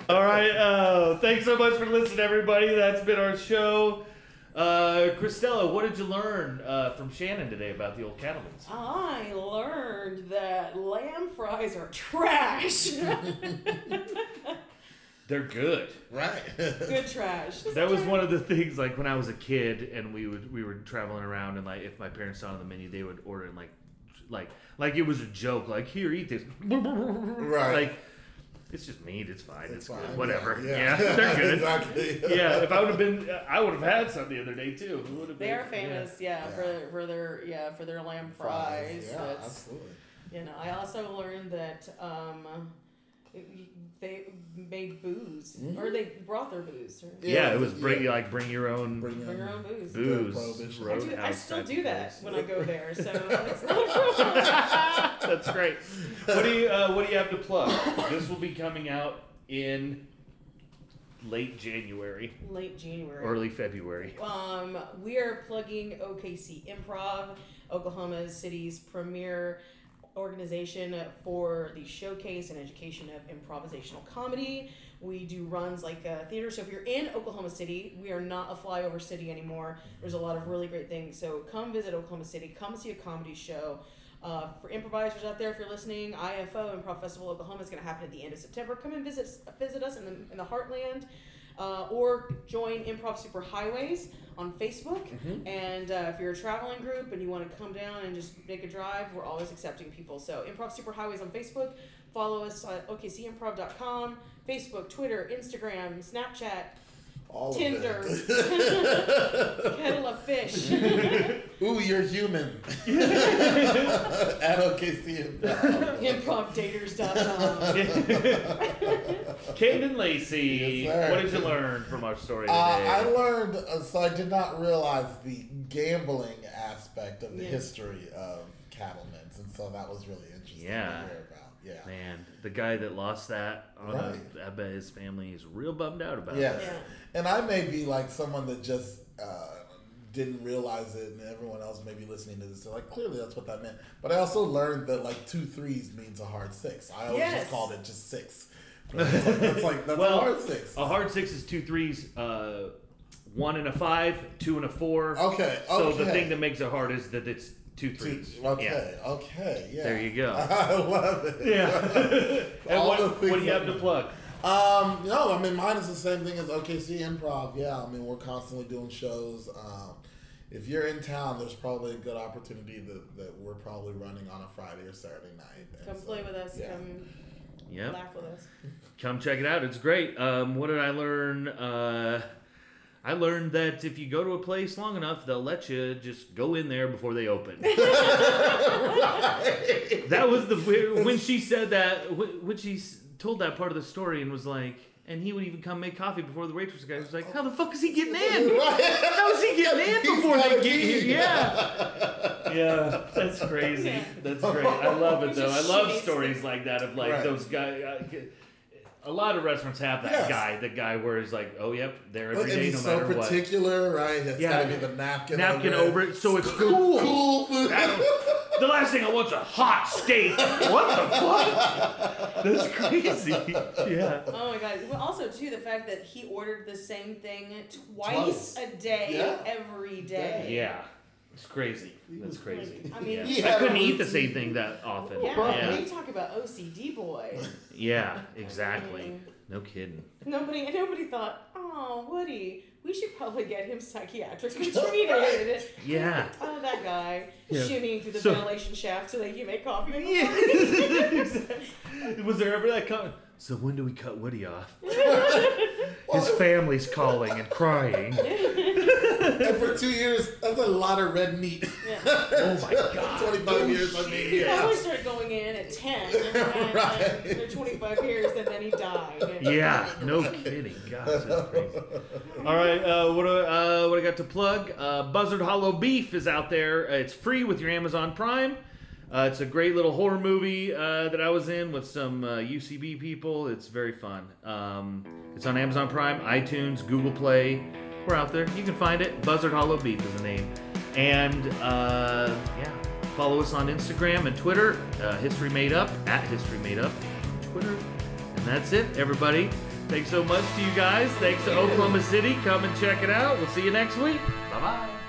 Speaker 1: All right. Uh, thanks so much for listening, everybody. That's been our show. Uh, Christella, what did you learn uh, from Shannon today about the old cattlemen's?
Speaker 2: I learned that lamb fries are trash.
Speaker 1: They're good.
Speaker 3: Right.
Speaker 2: Good trash.
Speaker 1: That was one of the things. Like when I was a kid, and we would we were traveling around, and like if my parents saw on the menu, they would order and like like like it was a joke. Like here, eat this. Right. Like it's just meat. It's fine. It's,
Speaker 3: fine,
Speaker 1: good.
Speaker 3: yeah,
Speaker 1: Whatever.
Speaker 3: yeah.
Speaker 1: Yeah, they're good.
Speaker 3: Exactly.
Speaker 1: yeah, if I would have been, I would have had some the other day too. It would have
Speaker 2: They
Speaker 1: been-
Speaker 2: are famous, yeah, for for their yeah for their lamb fries.
Speaker 3: Yeah,
Speaker 2: That's-
Speaker 3: absolutely.
Speaker 2: You know, I also learned that um, they made booze, or they brought their booze. Or
Speaker 1: Yeah, yeah it was bring like bring your own
Speaker 3: Bring
Speaker 2: bring your
Speaker 3: your
Speaker 2: own booze.
Speaker 1: booze.
Speaker 3: Prohibition.
Speaker 2: I,
Speaker 1: roadhouse
Speaker 2: do, I still
Speaker 1: type
Speaker 2: do
Speaker 1: of
Speaker 2: that
Speaker 1: place.
Speaker 2: when I go there, so it's not a problem.
Speaker 1: That's great. What do you uh, What do you have to plug? This will be coming out in late January,
Speaker 2: Late January.
Speaker 1: early February.
Speaker 2: Um, we are plugging OKC Improv, Oklahoma City's premier organization for the showcase and education of improvisational comedy. We do runs like uh, theater. So if you're in Oklahoma City, we are not a flyover city anymore. There's a lot of really great things. So come visit Oklahoma City. Come see a comedy show. Uh, for improvisers out there, if you're listening, IFO Improv Festival Oklahoma is going to happen at the end of September. Come and visit visit us in the, in the heartland, uh, or join Improv Superhighways on Facebook.
Speaker 3: Mm-hmm.
Speaker 2: And uh, if you're a traveling group and you want to come down and just make a drive, we're always accepting people. So Improv Superhighways on Facebook. Follow us at OKCImprov.com, Facebook, Twitter, Instagram, Snapchat,
Speaker 3: All
Speaker 2: Tinder,
Speaker 3: Of
Speaker 2: Kettle of Fish.
Speaker 3: it. Ooh, you're human. At OKC.
Speaker 2: ImprovDaters.com.
Speaker 1: Camden Lacey,
Speaker 3: Yes, sir.
Speaker 1: what did you learn from our story
Speaker 3: Uh,
Speaker 1: today?
Speaker 3: I learned, uh, so I did not realize the gambling aspect of the
Speaker 2: Yeah.
Speaker 3: history of cattlemen's, and so that was really interesting
Speaker 1: Yeah.
Speaker 3: to hear about. Yeah.
Speaker 1: Man, the guy that lost that, on a-
Speaker 3: Right.
Speaker 1: I bet his family is real bummed out about
Speaker 3: Yes.
Speaker 1: it.
Speaker 2: Yeah.
Speaker 3: And I may be like someone that just uh, didn't realize it, and everyone else may be listening to this. They're like, clearly that's what that meant. But I also learned that like two threes means a hard six. I always
Speaker 2: Yes.
Speaker 3: just called it just six. It's like, that's like, that's
Speaker 1: Well,
Speaker 3: a hard six.
Speaker 1: A hard six is two threes, uh, one and a five, two and a four.
Speaker 3: Okay,
Speaker 1: So the
Speaker 3: okay.
Speaker 1: thing that makes it hard is that it's two
Speaker 3: Two,
Speaker 1: threes.
Speaker 3: okay, okay, yeah.
Speaker 1: There you go.
Speaker 3: I love it.
Speaker 1: Yeah. yeah. and
Speaker 3: All
Speaker 1: what,
Speaker 3: the
Speaker 1: what
Speaker 3: things
Speaker 1: do you have
Speaker 3: that-
Speaker 1: to plug?
Speaker 3: Um, no, I mean mine is the same thing as OKC Improv. Yeah, I mean we're constantly doing shows. Um, if you're in town, there's probably a good opportunity that, that we're probably running on a Friday or Saturday night. And
Speaker 2: Come
Speaker 3: so,
Speaker 2: play with us.
Speaker 3: yeah.
Speaker 2: Come
Speaker 1: Yep.
Speaker 2: Laugh with us.
Speaker 1: Come check it out. It's great. Um, what did I learn? Uh, I learned that if you go to a place long enough, they'll let you just go in there before they open. that was the when she said that wh- when she s- told that part of the story and was like, and he would even come make coffee before the waitress guy was like, how the fuck is he getting in? How is he getting in
Speaker 3: He's
Speaker 1: before they
Speaker 3: got
Speaker 1: get
Speaker 3: a key.
Speaker 1: here? Yeah. Yeah, that's crazy.
Speaker 2: Yeah.
Speaker 1: That's great. I love it
Speaker 2: It's
Speaker 1: though. I
Speaker 2: just
Speaker 1: love
Speaker 2: shitty
Speaker 1: stories like that of like
Speaker 3: Right.
Speaker 1: those guys. A lot of restaurants have that
Speaker 3: Yes.
Speaker 1: guy, the guy where he's like, oh yep, there
Speaker 3: Look,
Speaker 1: every
Speaker 3: and
Speaker 1: day, no
Speaker 3: he's so
Speaker 1: matter what.
Speaker 3: particular, right? It's
Speaker 1: Yeah.
Speaker 3: gotta be the napkin.
Speaker 1: Napkin over it, so it's cool.
Speaker 3: Cool, cool food.
Speaker 1: The last thing I want's a hot steak. What the fuck? That's crazy. Yeah.
Speaker 2: Oh my god. Well, also too the fact that he ordered the same thing twice,
Speaker 3: Twice.
Speaker 2: a day
Speaker 3: Yeah.
Speaker 2: every day.
Speaker 1: Yeah. It's crazy. That's crazy.
Speaker 2: I mean-
Speaker 1: yeah.
Speaker 3: He
Speaker 1: I
Speaker 3: had
Speaker 1: couldn't
Speaker 3: a
Speaker 1: eat the
Speaker 3: routine.
Speaker 1: same thing that often.
Speaker 2: Yeah,
Speaker 1: Yeah.
Speaker 2: we talk about OCD boy.
Speaker 1: Yeah, exactly. No kidding.
Speaker 2: Nobody, nobody thought, oh, Woody, we should probably get him psychiatric treated.
Speaker 1: Yeah.
Speaker 2: oh, that guy
Speaker 1: Yeah.
Speaker 2: shimmying through the
Speaker 1: So-
Speaker 2: ventilation shaft so that he can make coffee. in the
Speaker 1: Yeah.
Speaker 2: morning.
Speaker 1: Was there ever that comment? So when do we cut Woody off?
Speaker 9: His family's calling and crying.
Speaker 3: And for two years, that's a lot of red meat.
Speaker 1: Oh my god.
Speaker 3: 25 years, I mean,
Speaker 2: He
Speaker 3: yeah.
Speaker 2: always started going in at 10. And then
Speaker 3: Right.
Speaker 2: For 25 years, and then he died.
Speaker 1: Yeah, no kidding. God, that's crazy. All right, uh, what do, uh, what I got to plug? Uh, Buzzard Hollow Beef is out there. Uh, it's free with your Amazon Prime. Uh, it's a great little horror movie uh, that I was in with some uh, UCB people. It's very fun. Um, it's on Amazon Prime, iTunes, Google Play. We're out there. You can find it. Buzzard Hollow Beef is the name. And uh, yeah, follow us on Instagram and Twitter. Uh, History Made Up at History Made Up. Twitter. And that's it, everybody. Thanks so much to you guys. Thanks to Oklahoma City. Come and check it out. We'll see you next week. Bye bye.